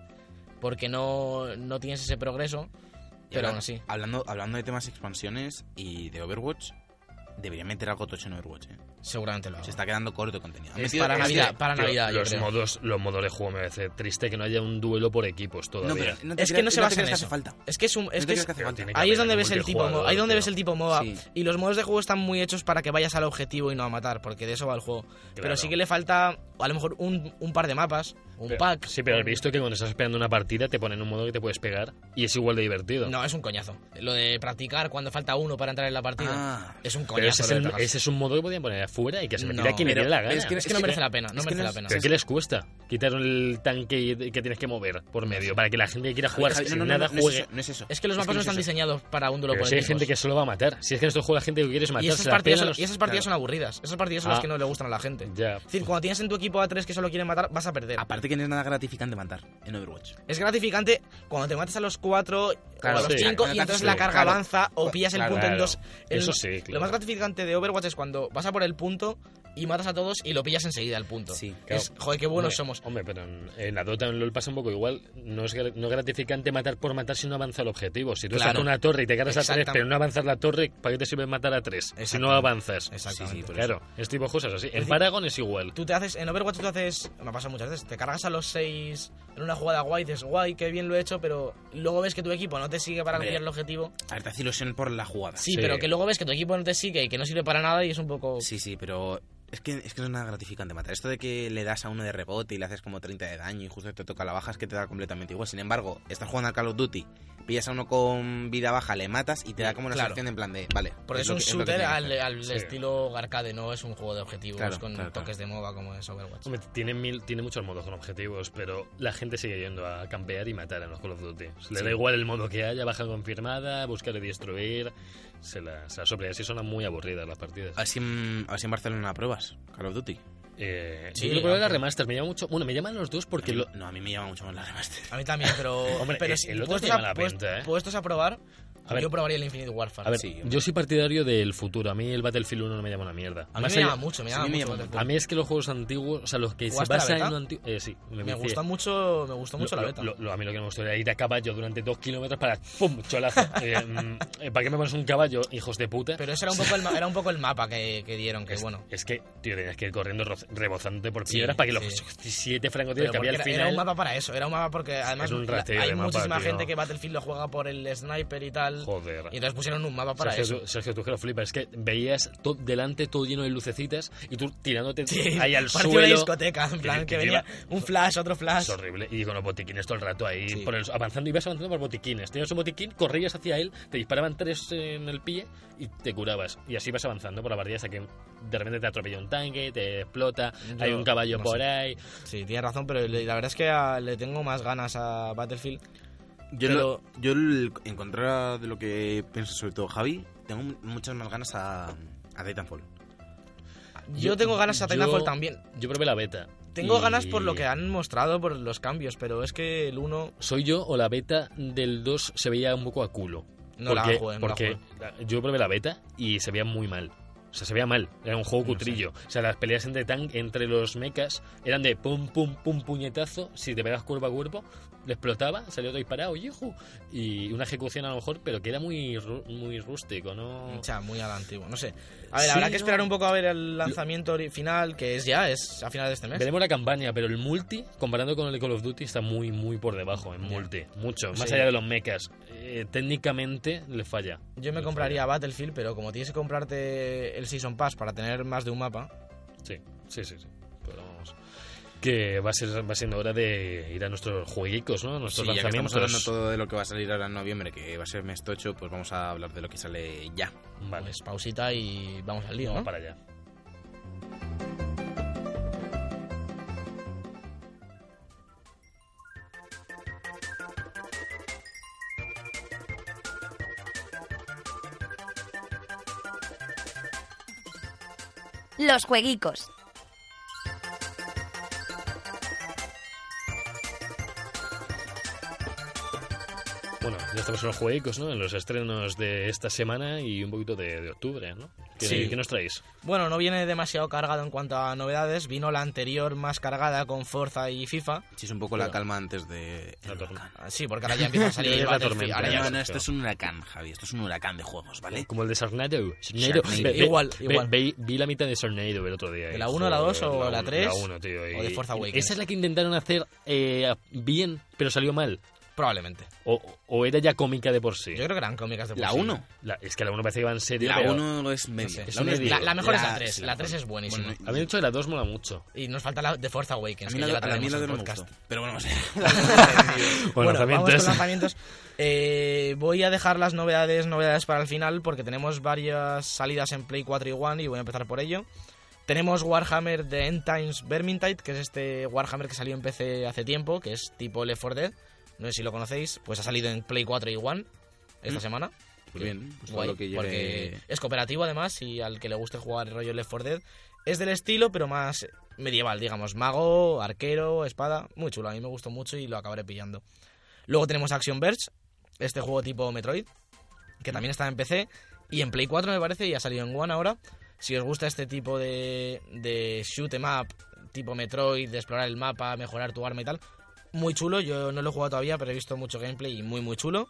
Speaker 4: porque no, no tienes ese progreso,
Speaker 3: Y
Speaker 4: pero
Speaker 3: habla-
Speaker 4: aún así.
Speaker 3: Hablando, hablando de temas expansiones y de Overwatch, Deberían meter algo tocho en Overwatch. ¿eh?
Speaker 4: Seguramente lo hago.
Speaker 3: Se está quedando corto de contenido. Han
Speaker 2: Es
Speaker 3: metido-
Speaker 4: Ah. para
Speaker 3: es que-
Speaker 4: Navidad, para
Speaker 2: Tío,
Speaker 4: Navidad, yo
Speaker 2: los
Speaker 4: creo.
Speaker 2: modos, los modos de juego me parece triste que no haya un duelo por equipos
Speaker 3: No,
Speaker 2: todavía.
Speaker 3: pero no te
Speaker 4: Es que
Speaker 3: creas-
Speaker 4: no se
Speaker 3: te
Speaker 4: basa en
Speaker 3: creas que hace
Speaker 4: eso.
Speaker 3: falta.
Speaker 4: Es que es un.
Speaker 3: No
Speaker 4: Es que
Speaker 3: te
Speaker 4: es-
Speaker 3: creas que hace falta.
Speaker 2: tiene que
Speaker 4: Ahí es
Speaker 2: haber
Speaker 4: donde
Speaker 2: un
Speaker 4: ves el tipo,
Speaker 2: multijugador,
Speaker 4: mo- ahí donde
Speaker 2: tío.
Speaker 4: ves el tipo MOBA.
Speaker 3: Sí.
Speaker 4: Y los modos de juego están muy hechos para que vayas al objetivo y no a matar, porque de eso va el juego.
Speaker 2: Claro.
Speaker 4: Pero sí que le falta a lo mejor un, un par de mapas, un
Speaker 2: Pero-
Speaker 4: pack.
Speaker 2: Sí, pero has
Speaker 4: un-
Speaker 2: visto que cuando estás esperando una partida te ponen un modo que te puedes pegar y es igual de divertido.
Speaker 4: No, es un coñazo. Lo de practicar cuando falta uno para entrar en la partida.
Speaker 3: Ah.
Speaker 4: es un
Speaker 2: pero ese
Speaker 4: coñazo.
Speaker 2: es,
Speaker 4: lo de
Speaker 2: el-
Speaker 4: pegarse.
Speaker 2: ese es un modo que podían poner afuera y que se metiera
Speaker 4: No,
Speaker 2: quien le
Speaker 4: pero-
Speaker 2: diera la
Speaker 3: pero
Speaker 2: gana.
Speaker 3: es que-
Speaker 4: Es que no merece la pena, no
Speaker 3: es que
Speaker 4: merece
Speaker 3: no
Speaker 4: la
Speaker 3: es-
Speaker 4: pena.
Speaker 2: ¿Pero qué les cuesta? Quitar el tanque que tienes que mover por medio para que la gente que quiera jugar
Speaker 3: Javi,
Speaker 2: sin
Speaker 3: no, no,
Speaker 2: nada
Speaker 3: no, no es
Speaker 2: juegue.
Speaker 3: eso, no es eso.
Speaker 4: Es que los mapas no
Speaker 3: no
Speaker 4: están
Speaker 3: es eso.
Speaker 4: diseñados para un duelo
Speaker 2: Pero
Speaker 4: por
Speaker 2: si hay
Speaker 4: equipos.
Speaker 2: gente que solo va a matar. Si es que en estos juegos la gente que quieres matar
Speaker 4: y esas
Speaker 2: se la
Speaker 4: partidas,
Speaker 2: pega a
Speaker 4: son,
Speaker 2: los-
Speaker 4: y esas partidas son aburridas. Esas partidas son las
Speaker 2: Ah.
Speaker 4: que no le gustan a la gente.
Speaker 2: Ya.
Speaker 4: Es decir, cuando tienes en tu equipo a tres que solo quieren matar, vas a perder.
Speaker 3: Aparte que no es nada gratificante matar en Overwatch.
Speaker 4: Es gratificante cuando te matas a los cuatro
Speaker 3: Claro,
Speaker 4: o a los
Speaker 2: sí.
Speaker 4: cinco
Speaker 3: Cuando
Speaker 4: y
Speaker 3: te
Speaker 4: entonces
Speaker 3: haces-
Speaker 4: la carga
Speaker 3: claro.
Speaker 4: avanza o pillas el
Speaker 3: Claro,
Speaker 4: punto en
Speaker 2: claro.
Speaker 4: dos. El-
Speaker 2: Eso sí, claro.
Speaker 4: Lo más gratificante de Overwatch es cuando vas a por el punto y matas a todos y lo pillas enseguida el punto.
Speaker 3: Sí,
Speaker 2: claro.
Speaker 4: Es, joder, qué buenos
Speaker 2: Hombre,
Speaker 4: somos.
Speaker 2: Eh, Hombre, pero en, en la Dota en LoL pasa un poco igual. No es, gra- no es gratificante matar por matar si no avanza el objetivo. Si tú estás
Speaker 4: Claro.
Speaker 2: con una torre y te cargas a tres,
Speaker 4: Exactamente.
Speaker 2: pero no avanzas la torre, ¿para qué te sirve matar a tres? Si no
Speaker 4: Exactamente.
Speaker 2: avanzas.
Speaker 4: Exactamente.
Speaker 3: Sí, sí, por eso.
Speaker 2: Claro, este tipo de cosas así. En
Speaker 4: decir,
Speaker 2: Paragon es igual.
Speaker 4: Tú te haces, en Overwatch tú te haces, me pasa muchas veces, te cargas a los seis en una jugada guay, dices guay, qué bien lo he hecho, pero luego ves que tu equipo no te sigue para
Speaker 3: Hombre.
Speaker 4: cumplir el objetivo.
Speaker 3: A ver, te hace ilusión por la jugada.
Speaker 4: Sí,
Speaker 2: Sí.
Speaker 4: pero que luego ves que tu equipo no te sigue y que no sirve para nada y es un poco...
Speaker 3: Sí, sí, pero es que, es que no es nada gratificante matar. Esto de que le das a uno de rebote y le haces como 30 de daño y justo te toca la baja es que te da completamente igual. Sin embargo, estás jugando al Call of Duty, pillas a uno con vida baja, le matas y te da como una
Speaker 4: Mm, Claro.
Speaker 3: sensación en plan de, vale.
Speaker 4: Porque es,
Speaker 3: lo
Speaker 4: un
Speaker 3: que- lo que
Speaker 4: shooter
Speaker 3: tiene que
Speaker 4: al,
Speaker 3: hacer.
Speaker 4: al
Speaker 2: Sí.
Speaker 4: estilo arcade, no es un juego de objetivos
Speaker 3: Claro,
Speaker 4: con
Speaker 3: claro,
Speaker 4: toques de MOBA como es Overwatch.
Speaker 2: Hombre, tiene, mil, tiene muchos modos con objetivos, pero la gente sigue yendo a campear y matar en los Call of Duty. Se le da igual el modo que haya, baja confirmada, buscar y destruir, se la, se la sopla. Y así son muy aburridas las partidas.
Speaker 3: A
Speaker 4: Ah,
Speaker 3: ver, si en, a ver si en Barcelona pruebas Call of Duty.
Speaker 2: Eh,
Speaker 4: Sí,
Speaker 2: yo creo que la
Speaker 4: aunque-
Speaker 2: remaster me llama mucho. Bueno, me llaman los dos porque lo,
Speaker 3: No, a mí me llama mucho más la remaster.
Speaker 4: A mí también, pero,
Speaker 2: Hombre,
Speaker 4: pero
Speaker 2: el-
Speaker 4: si
Speaker 2: el otro
Speaker 4: puestos,
Speaker 2: tiene mala
Speaker 4: a,
Speaker 2: pinta, ¿eh?
Speaker 4: puestos a probar,
Speaker 2: A ver.
Speaker 4: yo probaría el Infinite Warfare.
Speaker 2: A ver,
Speaker 3: Sí, hombre.
Speaker 2: yo soy partidario del futuro. A mí el Battlefield 1 no me llama una mierda.
Speaker 4: a mí
Speaker 2: Más
Speaker 4: me llama
Speaker 2: allá-
Speaker 4: mucho, me
Speaker 3: sí,
Speaker 4: llama
Speaker 3: me
Speaker 4: mucho.
Speaker 3: llama
Speaker 4: la
Speaker 3: mucho.
Speaker 4: atención.
Speaker 2: A mí es que los juegos antiguos, o sea, los que se
Speaker 4: ¿Jugaste a la
Speaker 2: basan en
Speaker 4: beta?
Speaker 2: lo antiguo. Eh, sí, me,
Speaker 4: Me
Speaker 2: vicié.
Speaker 4: gustó mucho, me gustó mucho
Speaker 2: Lo-
Speaker 4: la beta.
Speaker 2: Lo, lo- a mí lo que me gustaría era ir a caballo durante dos kilómetros para ¡pum! cholazo. Eh, mm, eh, ¿Para qué me pones un caballo, hijos de puta?
Speaker 4: pero eso era un poco el, ma- era un poco el mapa que, que dieron, que
Speaker 2: es,
Speaker 4: bueno.
Speaker 2: es que, tío, tenías que ir corriendo roz- rebozándote por
Speaker 4: Sí,
Speaker 2: piedras para que los
Speaker 4: sí.
Speaker 2: siete francotiradores
Speaker 4: Pero
Speaker 2: que había al
Speaker 4: porque era,
Speaker 2: final.
Speaker 4: era un mapa para eso, era un mapa porque además
Speaker 2: un
Speaker 4: la-
Speaker 2: rateo
Speaker 4: hay
Speaker 2: de mapa,
Speaker 4: muchísima
Speaker 2: tío.
Speaker 4: gente que Battlefield lo juega por el sniper y tal.
Speaker 2: Joder.
Speaker 4: Y entonces pusieron un mapa para
Speaker 2: Sergio,
Speaker 4: eso.
Speaker 2: tú- Sergio, tú que lo flipas, es que veías todo delante todo lleno de lucecitas y tú tirándote
Speaker 4: Sí,
Speaker 2: ahí al
Speaker 4: parecía
Speaker 2: suelo.
Speaker 4: una discoteca, en
Speaker 2: Que-
Speaker 4: plan, que,
Speaker 2: que
Speaker 4: venía
Speaker 2: lleva-
Speaker 4: un flash, otro flash.
Speaker 2: Es horrible. Y con los botiquines todo el rato ahí,
Speaker 3: Sí.
Speaker 2: por el- avanzando, ibas avanzando por botiquines. Tenías un botiquín, corrías hacia él, te disparaban tres en el pie y te curabas. Y así vas avanzando por la partida hasta que de repente te atropella un tanque, te explota,
Speaker 4: Yo
Speaker 2: hay un caballo
Speaker 4: no
Speaker 2: por
Speaker 4: sé.
Speaker 2: ahí.
Speaker 4: Sí, tienes razón, pero le- la verdad es que a- le tengo más ganas a Battlefield.
Speaker 3: Yo,
Speaker 4: Pero-
Speaker 3: lo- yo el- en contra de lo que piensa sobre todo Javi, tengo mu- muchas más ganas a, a Titanfall.
Speaker 4: Yo, tengo ganas a
Speaker 2: yo-
Speaker 4: Titanfall también.
Speaker 2: Yo probé la beta.
Speaker 4: Tengo
Speaker 2: Y-
Speaker 4: ganas por lo que han mostrado, por los cambios, pero es que el 1
Speaker 2: ¿Soy yo o la beta del 2 se veía un poco a culo?
Speaker 4: no la
Speaker 2: Porque-
Speaker 4: juego. No la
Speaker 2: Porque
Speaker 4: jugué.
Speaker 2: la- yo probé la beta y se veía muy mal. O sea, se veía mal. Era un juego
Speaker 3: No sé.
Speaker 2: cutrillo. O sea, las peleas entre, tan, entre los mechas eran de pum, pum, pum, puñetazo. Si te pegas cuerpo a cuerpo, le explotaba, salió otro disparado, yuju. Y una ejecución a lo mejor, pero que era muy, ru- muy rústico, ¿no?
Speaker 4: O sea, muy al antiguo, no sé. A ver,
Speaker 2: Sí,
Speaker 4: habrá que
Speaker 2: no.
Speaker 4: esperar un poco a ver el lanzamiento ori- final, que es ya, es a final de este mes.
Speaker 2: Veremos la campaña, pero el multi, comparando con el Call of Duty, está muy, muy por debajo en
Speaker 4: Ya. Pues
Speaker 2: multi. Mucho.
Speaker 4: Sí.
Speaker 2: Más allá de los mechas. Eh, técnicamente le falla.
Speaker 4: Yo me
Speaker 2: Le
Speaker 4: compraría Battlefield, pero como tienes que comprarte el Season Pass para tener más de un mapa,
Speaker 2: Sí, sí, sí, sí. Pero vamos. Que va, a ser, va siendo hora de ir a nuestros jueguicos, ¿no? A
Speaker 3: Sí,
Speaker 2: Nuestros
Speaker 3: ya que estamos hablando
Speaker 2: Pues lanzamientos.
Speaker 3: todo de lo que va a salir ahora en noviembre, que va a ser mes tocho, pues vamos a hablar de lo que sale ya.
Speaker 2: Vale,
Speaker 4: pues pausita y vamos al lío,
Speaker 2: vamos
Speaker 4: ¿no?
Speaker 2: para allá.
Speaker 1: Los jueguicos.
Speaker 2: Bueno, Bueno, ya estamos en los juegos, ¿no? En los estrenos de esta semana y un poquito de, de octubre, ¿no? ¿Qué,
Speaker 4: Sí.
Speaker 2: qué nos traéis?
Speaker 4: Bueno, no viene demasiado cargado en cuanto a novedades. Vino la anterior más cargada con Forza y FIFA.
Speaker 3: Sí, es un poco la calma antes de...
Speaker 2: La tormenta.
Speaker 4: Ah, Sí, porque ahora ya empieza a
Speaker 2: Ya
Speaker 4: salir
Speaker 2: es la
Speaker 4: Battlefield.
Speaker 2: tormenta,
Speaker 4: Ahora
Speaker 2: ya
Speaker 4: ya
Speaker 2: no,
Speaker 3: no,
Speaker 2: no,
Speaker 3: no,
Speaker 2: esto
Speaker 3: esto
Speaker 2: es
Speaker 3: es un huracán, Javi. Esto es un huracán de juegos, ¿vale?
Speaker 2: Como el de Sarnado. Sarnado. Ve-
Speaker 3: Sharknado.
Speaker 2: ve-
Speaker 4: Igual,
Speaker 2: ve-
Speaker 4: igual.
Speaker 2: ve- vi la mitad de Sarnado el otro día.
Speaker 4: ¿De
Speaker 2: y,
Speaker 4: la uno, la dos
Speaker 2: joder,
Speaker 4: o la
Speaker 2: un-
Speaker 4: tres?
Speaker 2: La 1, tío. y-
Speaker 4: ¿O de Forza
Speaker 2: y-
Speaker 4: Awakens?
Speaker 2: Esa es la que intentaron hacer eh, bien, pero salió mal.
Speaker 4: Probablemente.
Speaker 2: O, o era ya cómica de por sí.
Speaker 4: Yo creo que eran cómicas de por
Speaker 3: La
Speaker 4: sí.
Speaker 3: 1.
Speaker 2: La- es que la 1 parece que va en serio.
Speaker 3: La
Speaker 2: pero-
Speaker 3: 1 es
Speaker 4: No
Speaker 3: media.
Speaker 4: sé.
Speaker 2: Es
Speaker 4: La,
Speaker 2: un medio.
Speaker 4: la mejor es la
Speaker 3: La-
Speaker 4: 3.
Speaker 3: la
Speaker 4: La 3
Speaker 3: mejor.
Speaker 4: es buenísima.
Speaker 3: Bueno,
Speaker 2: A mí, de hecho, la 2 mola mucho.
Speaker 4: Y nos falta la de Forza
Speaker 3: A
Speaker 4: Awakens,
Speaker 3: mí
Speaker 4: que ya
Speaker 3: la,
Speaker 4: la
Speaker 3: a mí
Speaker 4: traeremos
Speaker 3: la
Speaker 4: en
Speaker 3: de
Speaker 4: el
Speaker 3: no me
Speaker 4: podcast.
Speaker 3: gustó. Pero bueno, pues
Speaker 4: Bueno, vamos con
Speaker 2: lanzamientos.
Speaker 4: lanzamientos. Eh, voy a dejar las novedades, novedades para el final, porque tenemos varias salidas en Play 4 y One y voy a empezar por ello. Tenemos Warhammer de End Times Vermintide, que es este Warhammer que salió en PC hace tiempo, que es tipo Left 4 Dead. No sé si lo conocéis, pues ha salido en Play 4 y One esta
Speaker 3: Mm.
Speaker 4: semana.
Speaker 3: Muy bien, pues
Speaker 4: Guay,
Speaker 3: todo lo que llegue-
Speaker 4: porque es cooperativo además y al que le guste jugar el rollo Left 4 Dead es del estilo pero más medieval, digamos, mago, arquero, espada, muy chulo, a mí me gustó mucho y lo acabaré pillando. Luego tenemos Action Verge, este juego tipo Metroid, que también está en PC y en Play 4 me parece y ha salido en One ahora. Si os gusta este tipo de, de shoot em up, tipo Metroid, de explorar el mapa, mejorar tu arma y tal, muy chulo, yo no lo he jugado todavía, pero he visto mucho gameplay y muy muy chulo.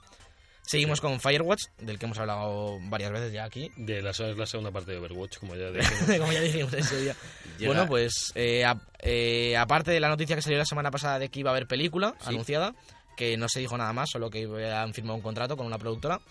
Speaker 4: Seguimos con Firewatch, del que hemos hablado varias veces ya aquí.
Speaker 2: De la, es la segunda parte de Overwatch, como ya dijimos.
Speaker 4: Como ya dijimos ese día.
Speaker 3: Llega-
Speaker 4: Bueno, pues eh, a- eh, aparte de la noticia que salió la semana pasada de que iba a haber película anunciada, que no se dijo nada más, solo que han firmado un contrato con una productora,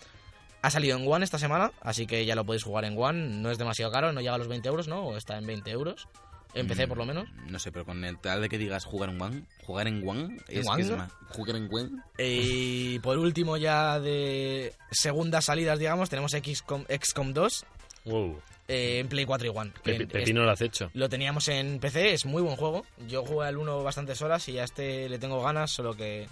Speaker 4: ha salido en One esta semana, así que ya lo podéis jugar en One. No es demasiado caro, no llega a los 20 euros, ¿no? O está en 20 euros. Empecé por lo menos.
Speaker 3: No sé, pero con el tal de que digas jugar en One, jugar en One es
Speaker 4: One?
Speaker 3: que es más. Jugar en One.
Speaker 4: Y por último, ya de segundas salidas, digamos, tenemos XCOM, XCOM 2
Speaker 2: wow.
Speaker 4: eh, en este Play 4 y One. que
Speaker 2: Pepi-
Speaker 4: es-
Speaker 2: Pepino lo has hecho.
Speaker 4: Lo teníamos en PC, es muy buen juego. Yo jugué al 1 bastantes horas y a este le tengo ganas, solo que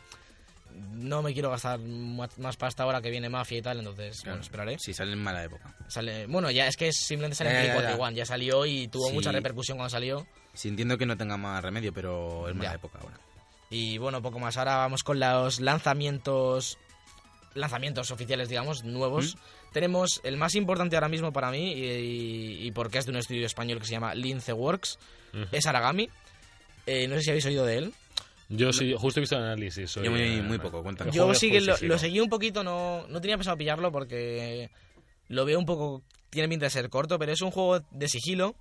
Speaker 4: no me quiero gastar ma- más pasta ahora que viene Mafia y tal, entonces bueno, esperaré.
Speaker 3: Si sale en mala época.
Speaker 4: Sale, bueno, ya es que simplemente sale en
Speaker 3: Ya,
Speaker 4: Play
Speaker 3: ya,
Speaker 4: 4
Speaker 3: ya.
Speaker 4: igual, ya salió y tuvo
Speaker 3: Sí.
Speaker 4: mucha repercusión cuando salió.
Speaker 3: Si entiendo que no tenga más remedio, pero es mala
Speaker 4: Ya.
Speaker 3: época ahora.
Speaker 4: Y bueno, poco más. Ahora vamos con los lanzamientos lanzamientos oficiales, digamos, nuevos.
Speaker 3: Mm.
Speaker 4: Tenemos el más importante ahora mismo para mí y, y porque es de un estudio español que se llama Lince Works,
Speaker 2: Ujú.
Speaker 4: es Aragami. Eh, no sé si habéis oído de él.
Speaker 2: Yo sí, justo he visto el análisis. hoy,
Speaker 3: Yo muy,
Speaker 2: eh,
Speaker 3: muy poco, cuéntame.
Speaker 2: Lo
Speaker 4: Yo
Speaker 2: juego de
Speaker 4: sí que
Speaker 2: full
Speaker 4: lo,
Speaker 2: sigilo.
Speaker 4: lo seguí un poquito, no, no tenía pensado pillarlo porque lo veo un poco. Tiene pinta de ser corto, pero es un juego de sigilo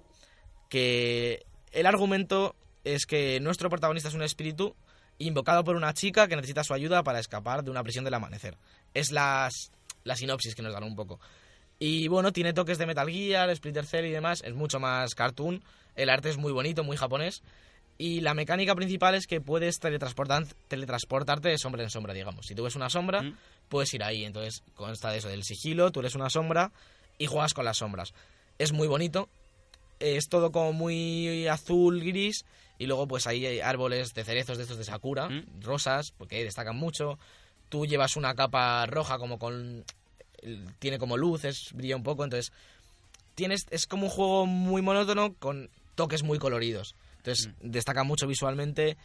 Speaker 4: que el argumento es que nuestro protagonista es un espíritu invocado por una chica que necesita su ayuda para escapar de una prisión del amanecer. Es las, la sinopsis que nos dan un poco. Y bueno, tiene toques de Metal Gear, Splinter Cell y demás. Es mucho más cartoon. El arte es muy bonito, muy japonés. Y la mecánica principal es que puedes teletransportar, teletransportarte de sombra en sombra, digamos. Si tú ves una sombra,
Speaker 3: ¿Mm?
Speaker 4: puedes ir ahí. Entonces consta de eso, del sigilo, tú eres una sombra y juegas con las sombras. Es muy bonito. Es todo como muy azul, gris. Y luego pues ahí hay árboles de cerezos de estos de Sakura,
Speaker 3: ¿Mm?
Speaker 4: rosas, porque destacan mucho. Tú llevas una capa roja como con... Tiene como luces, brilla un poco, entonces tienes es como un juego muy monótono con toques muy coloridos. Entonces destaca mucho visualmente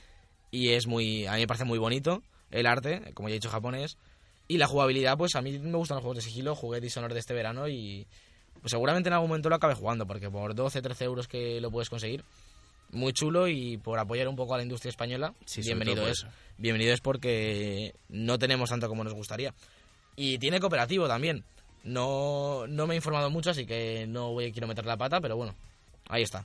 Speaker 4: y es muy a mí me parece muy bonito el arte, como ya he dicho japonés y la jugabilidad pues a mí me gustan los juegos de sigilo, jugué Dishonored este verano y pues, seguramente en algún momento lo acabe jugando porque por 12, 13 euros que lo puedes conseguir muy chulo y por apoyar un poco a la industria española,
Speaker 3: Sí, sobre todo
Speaker 4: bienvenido
Speaker 3: por
Speaker 4: es.
Speaker 3: eso.
Speaker 4: Bienvenido es porque no tenemos tanto como nos gustaría. Y tiene cooperativo también. No, no me he informado mucho, así que no voy, quiero meter la pata, pero bueno, ahí está.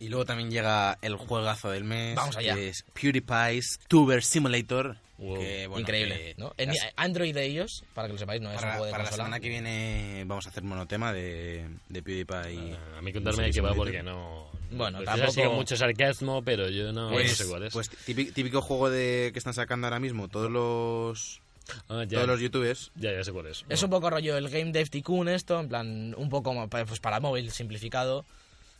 Speaker 3: Y luego también llega el juegazo del mes.
Speaker 4: Vamos allá.
Speaker 3: Que es PewDiePie's Tuber Simulator.
Speaker 2: Wow.
Speaker 3: que, bueno,
Speaker 4: Increíble.
Speaker 3: que
Speaker 4: ¿no? En
Speaker 3: las-
Speaker 4: Android de ellos, para que lo sepáis, no es un
Speaker 3: para
Speaker 4: juego de
Speaker 3: para la
Speaker 4: consola.
Speaker 3: semana que viene vamos a hacer monotema de, de PewDiePie.
Speaker 2: Ah, A mí contarme de qué va porque no.
Speaker 4: Bueno,
Speaker 2: pues
Speaker 4: tampoco-
Speaker 2: Ha sido mucho sarcasmo, pero yo no,
Speaker 4: Pues-
Speaker 2: no sé cuál es.
Speaker 3: Pues típico, típico juego de que están sacando ahora mismo todos los
Speaker 2: Ah, ya,
Speaker 3: todos los youtubers.
Speaker 2: ya, ya sé cuál es.
Speaker 4: Es un poco rollo el Game Dev Tycoon esto, en plan, un poco como pa- pues para móvil simplificado.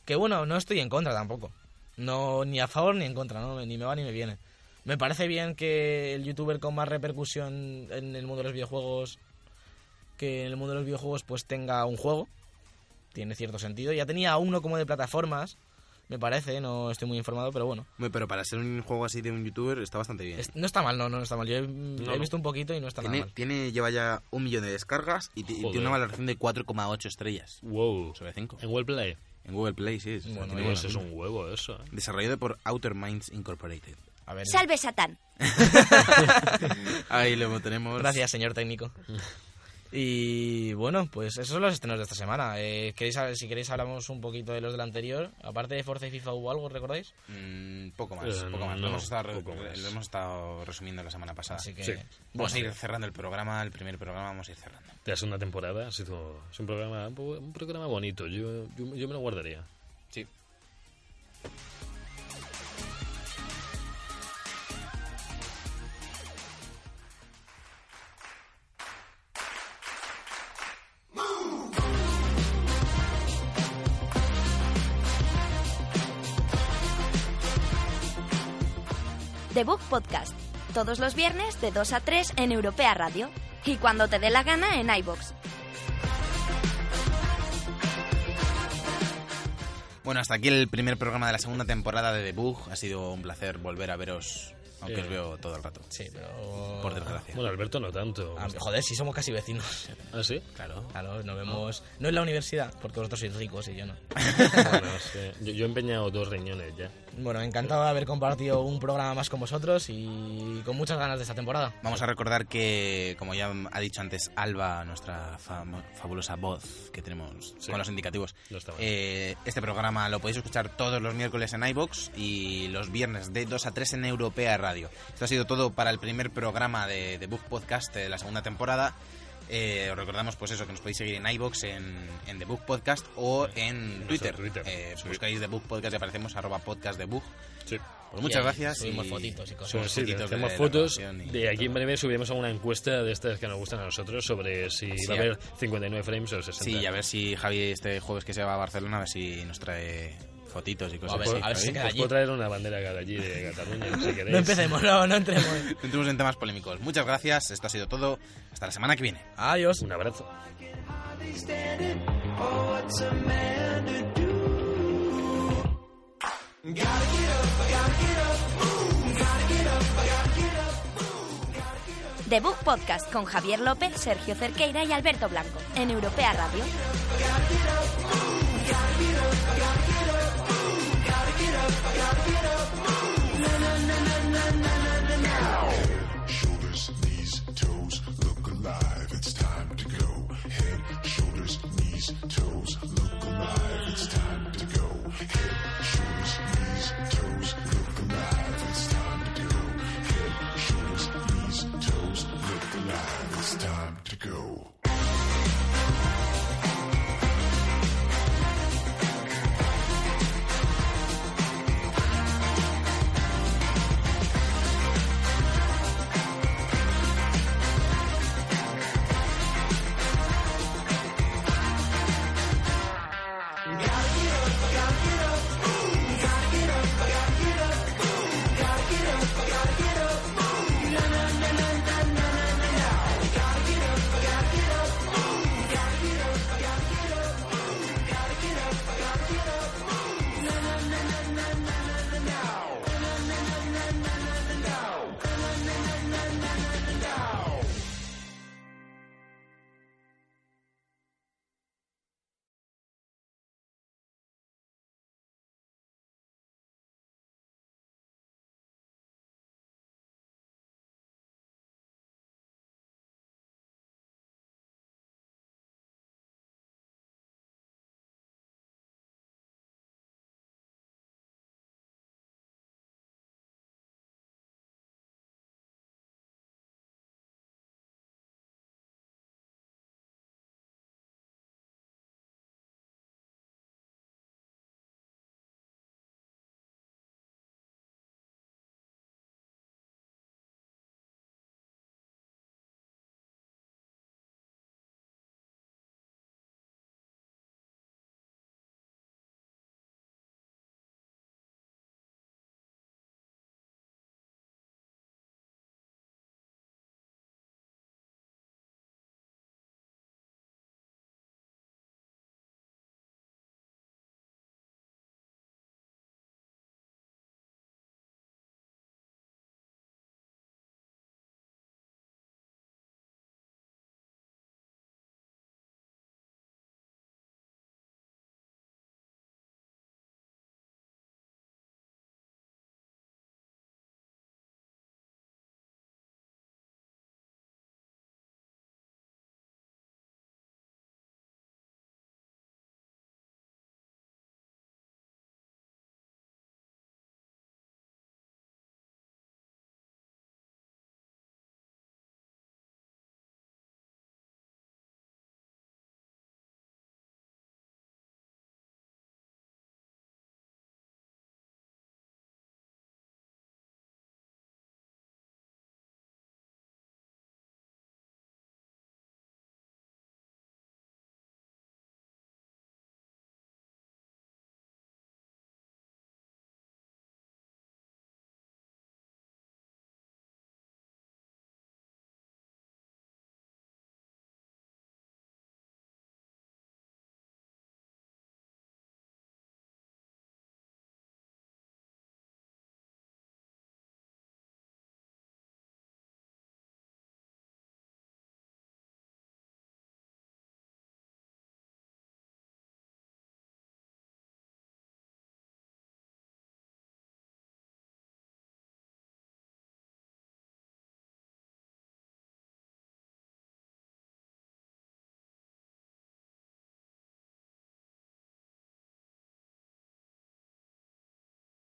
Speaker 4: Que bueno, no estoy en contra tampoco. No, ni a favor ni en contra, ¿no? ni me va ni me viene. Me parece bien que el youtuber con más repercusión en el mundo de los videojuegos, que en el mundo de los videojuegos pues tenga un juego. Tiene cierto sentido. Ya tenía uno como de plataformas, me parece, no estoy muy informado, pero bueno.
Speaker 3: Hombre, Pero para ser un juego así de un youtuber está bastante bien.
Speaker 4: Es- no está mal, no, no está mal. Yo he, he
Speaker 2: no.
Speaker 4: visto un poquito y no está nada
Speaker 3: Tiene,
Speaker 4: mal.
Speaker 3: tiene- lleva ya un millón de descargas y, ti- y
Speaker 2: Joder.
Speaker 3: tiene una valoración de 4,8 estrellas
Speaker 2: Wow.
Speaker 3: sobre 5.
Speaker 2: En Wellplay.
Speaker 3: En Google Play, sí. es-
Speaker 4: Bueno,
Speaker 3: tiene
Speaker 2: Pues
Speaker 3: buena
Speaker 2: es
Speaker 3: pinta.
Speaker 2: un huevo eso. ¿eh?
Speaker 3: Desarrollado por Outer Minds Incorporated.
Speaker 4: A ver,
Speaker 1: Salve Satán.
Speaker 3: Ahí lo tenemos.
Speaker 4: gracias, señor técnico. Y bueno, pues esos son los estrenos de esta semana. Eh, ¿queréis, hab- si queréis hablamos un poquito de los del anterior. Aparte de Forza y FIFA hubo algo, ¿recordáis?
Speaker 3: Mm, poco más,
Speaker 2: Eh,
Speaker 3: poco más.
Speaker 2: no,
Speaker 3: lo, hemos estado, re-
Speaker 2: poco
Speaker 3: re-
Speaker 2: más.
Speaker 3: lo hemos estado resumiendo la semana pasada.
Speaker 4: Así que
Speaker 2: Sí.
Speaker 3: Vamos a ir cerrando el programa, el primer programa vamos a ir cerrando.
Speaker 2: De la segunda temporada ha sido es un programa, un programa bonito. Yo, yo, yo me lo guardaría.
Speaker 3: Sí.
Speaker 1: The Book Podcast. Todos los viernes de 2 a 3 en Europea Radio. Y cuando te dé la gana en iBox.
Speaker 3: Bueno, hasta aquí el primer programa de la segunda temporada de The Bug. Ha sido un placer volver a veros, aunque
Speaker 2: Eh.
Speaker 3: os veo todo el rato.
Speaker 4: Sí, pero...
Speaker 3: Por desgracia.
Speaker 2: Bueno, Alberto no tanto.
Speaker 4: Ah, joder, si somos casi vecinos.
Speaker 2: ¿Ah, sí?
Speaker 3: Claro.
Speaker 4: Claro, nos vemos... No en la universidad, porque vosotros sois ricos y yo no.
Speaker 2: Bueno, sí. Yo, yo he empeñado dos riñones ya.
Speaker 4: Bueno, encantado de haber compartido un programa más con vosotros y con muchas ganas de esta temporada.
Speaker 3: Vamos a recordar que, como ya ha dicho antes Alba, nuestra famo- fabulosa voz que tenemos
Speaker 2: Sí.
Speaker 3: con los indicativos,
Speaker 2: No está mal.
Speaker 3: eh, este programa lo podéis escuchar todos los miércoles en iBox y los viernes de 2 a 3 en Europea Radio. Esto ha sido todo para el primer programa de, de Book Podcast de la segunda temporada. Eh, os recordamos pues eso que nos podéis seguir en iBox, en, en The Book Podcast o en
Speaker 2: nuestro
Speaker 3: Twitter.
Speaker 2: Twitter,
Speaker 3: Eh,
Speaker 2: sí.
Speaker 3: Buscáis The Book Podcast y aparecemos arroba podcast de Book.
Speaker 2: Sí.
Speaker 3: Pues
Speaker 4: Y
Speaker 3: muchas
Speaker 4: ahí
Speaker 3: gracias.
Speaker 4: Subimos
Speaker 3: y-
Speaker 4: fotitos y
Speaker 2: Sí,
Speaker 4: cosas.
Speaker 2: sí,
Speaker 3: fotitos de
Speaker 2: hacemos
Speaker 3: la
Speaker 2: fotos.
Speaker 3: grabación y
Speaker 2: De aquí en
Speaker 3: todo.
Speaker 2: breve subiremos a una encuesta de estas que nos gustan a nosotros sobre si
Speaker 3: Sí,
Speaker 2: va a
Speaker 3: a-
Speaker 2: haber 59 frames o 60.
Speaker 3: Sí, y a ver si Javi este jueves que se va a Barcelona, a ver si nos trae fotitos y cosas
Speaker 4: A ver,
Speaker 3: así.
Speaker 4: a ver si se
Speaker 3: Javi.
Speaker 4: queda
Speaker 2: Os
Speaker 4: allí.
Speaker 2: Pues puedo traer una bandera de allí de Cataluña, si queréis.
Speaker 4: No empecemos, no, no entremos.
Speaker 3: Entremos en temas polémicos. Muchas gracias, esto ha sido todo. Hasta la semana que viene.
Speaker 4: Adiós.
Speaker 2: Un abrazo.
Speaker 1: The Book Podcast con Javier López, Sergio Cerqueira y Alberto Blanco. En Europea Radio.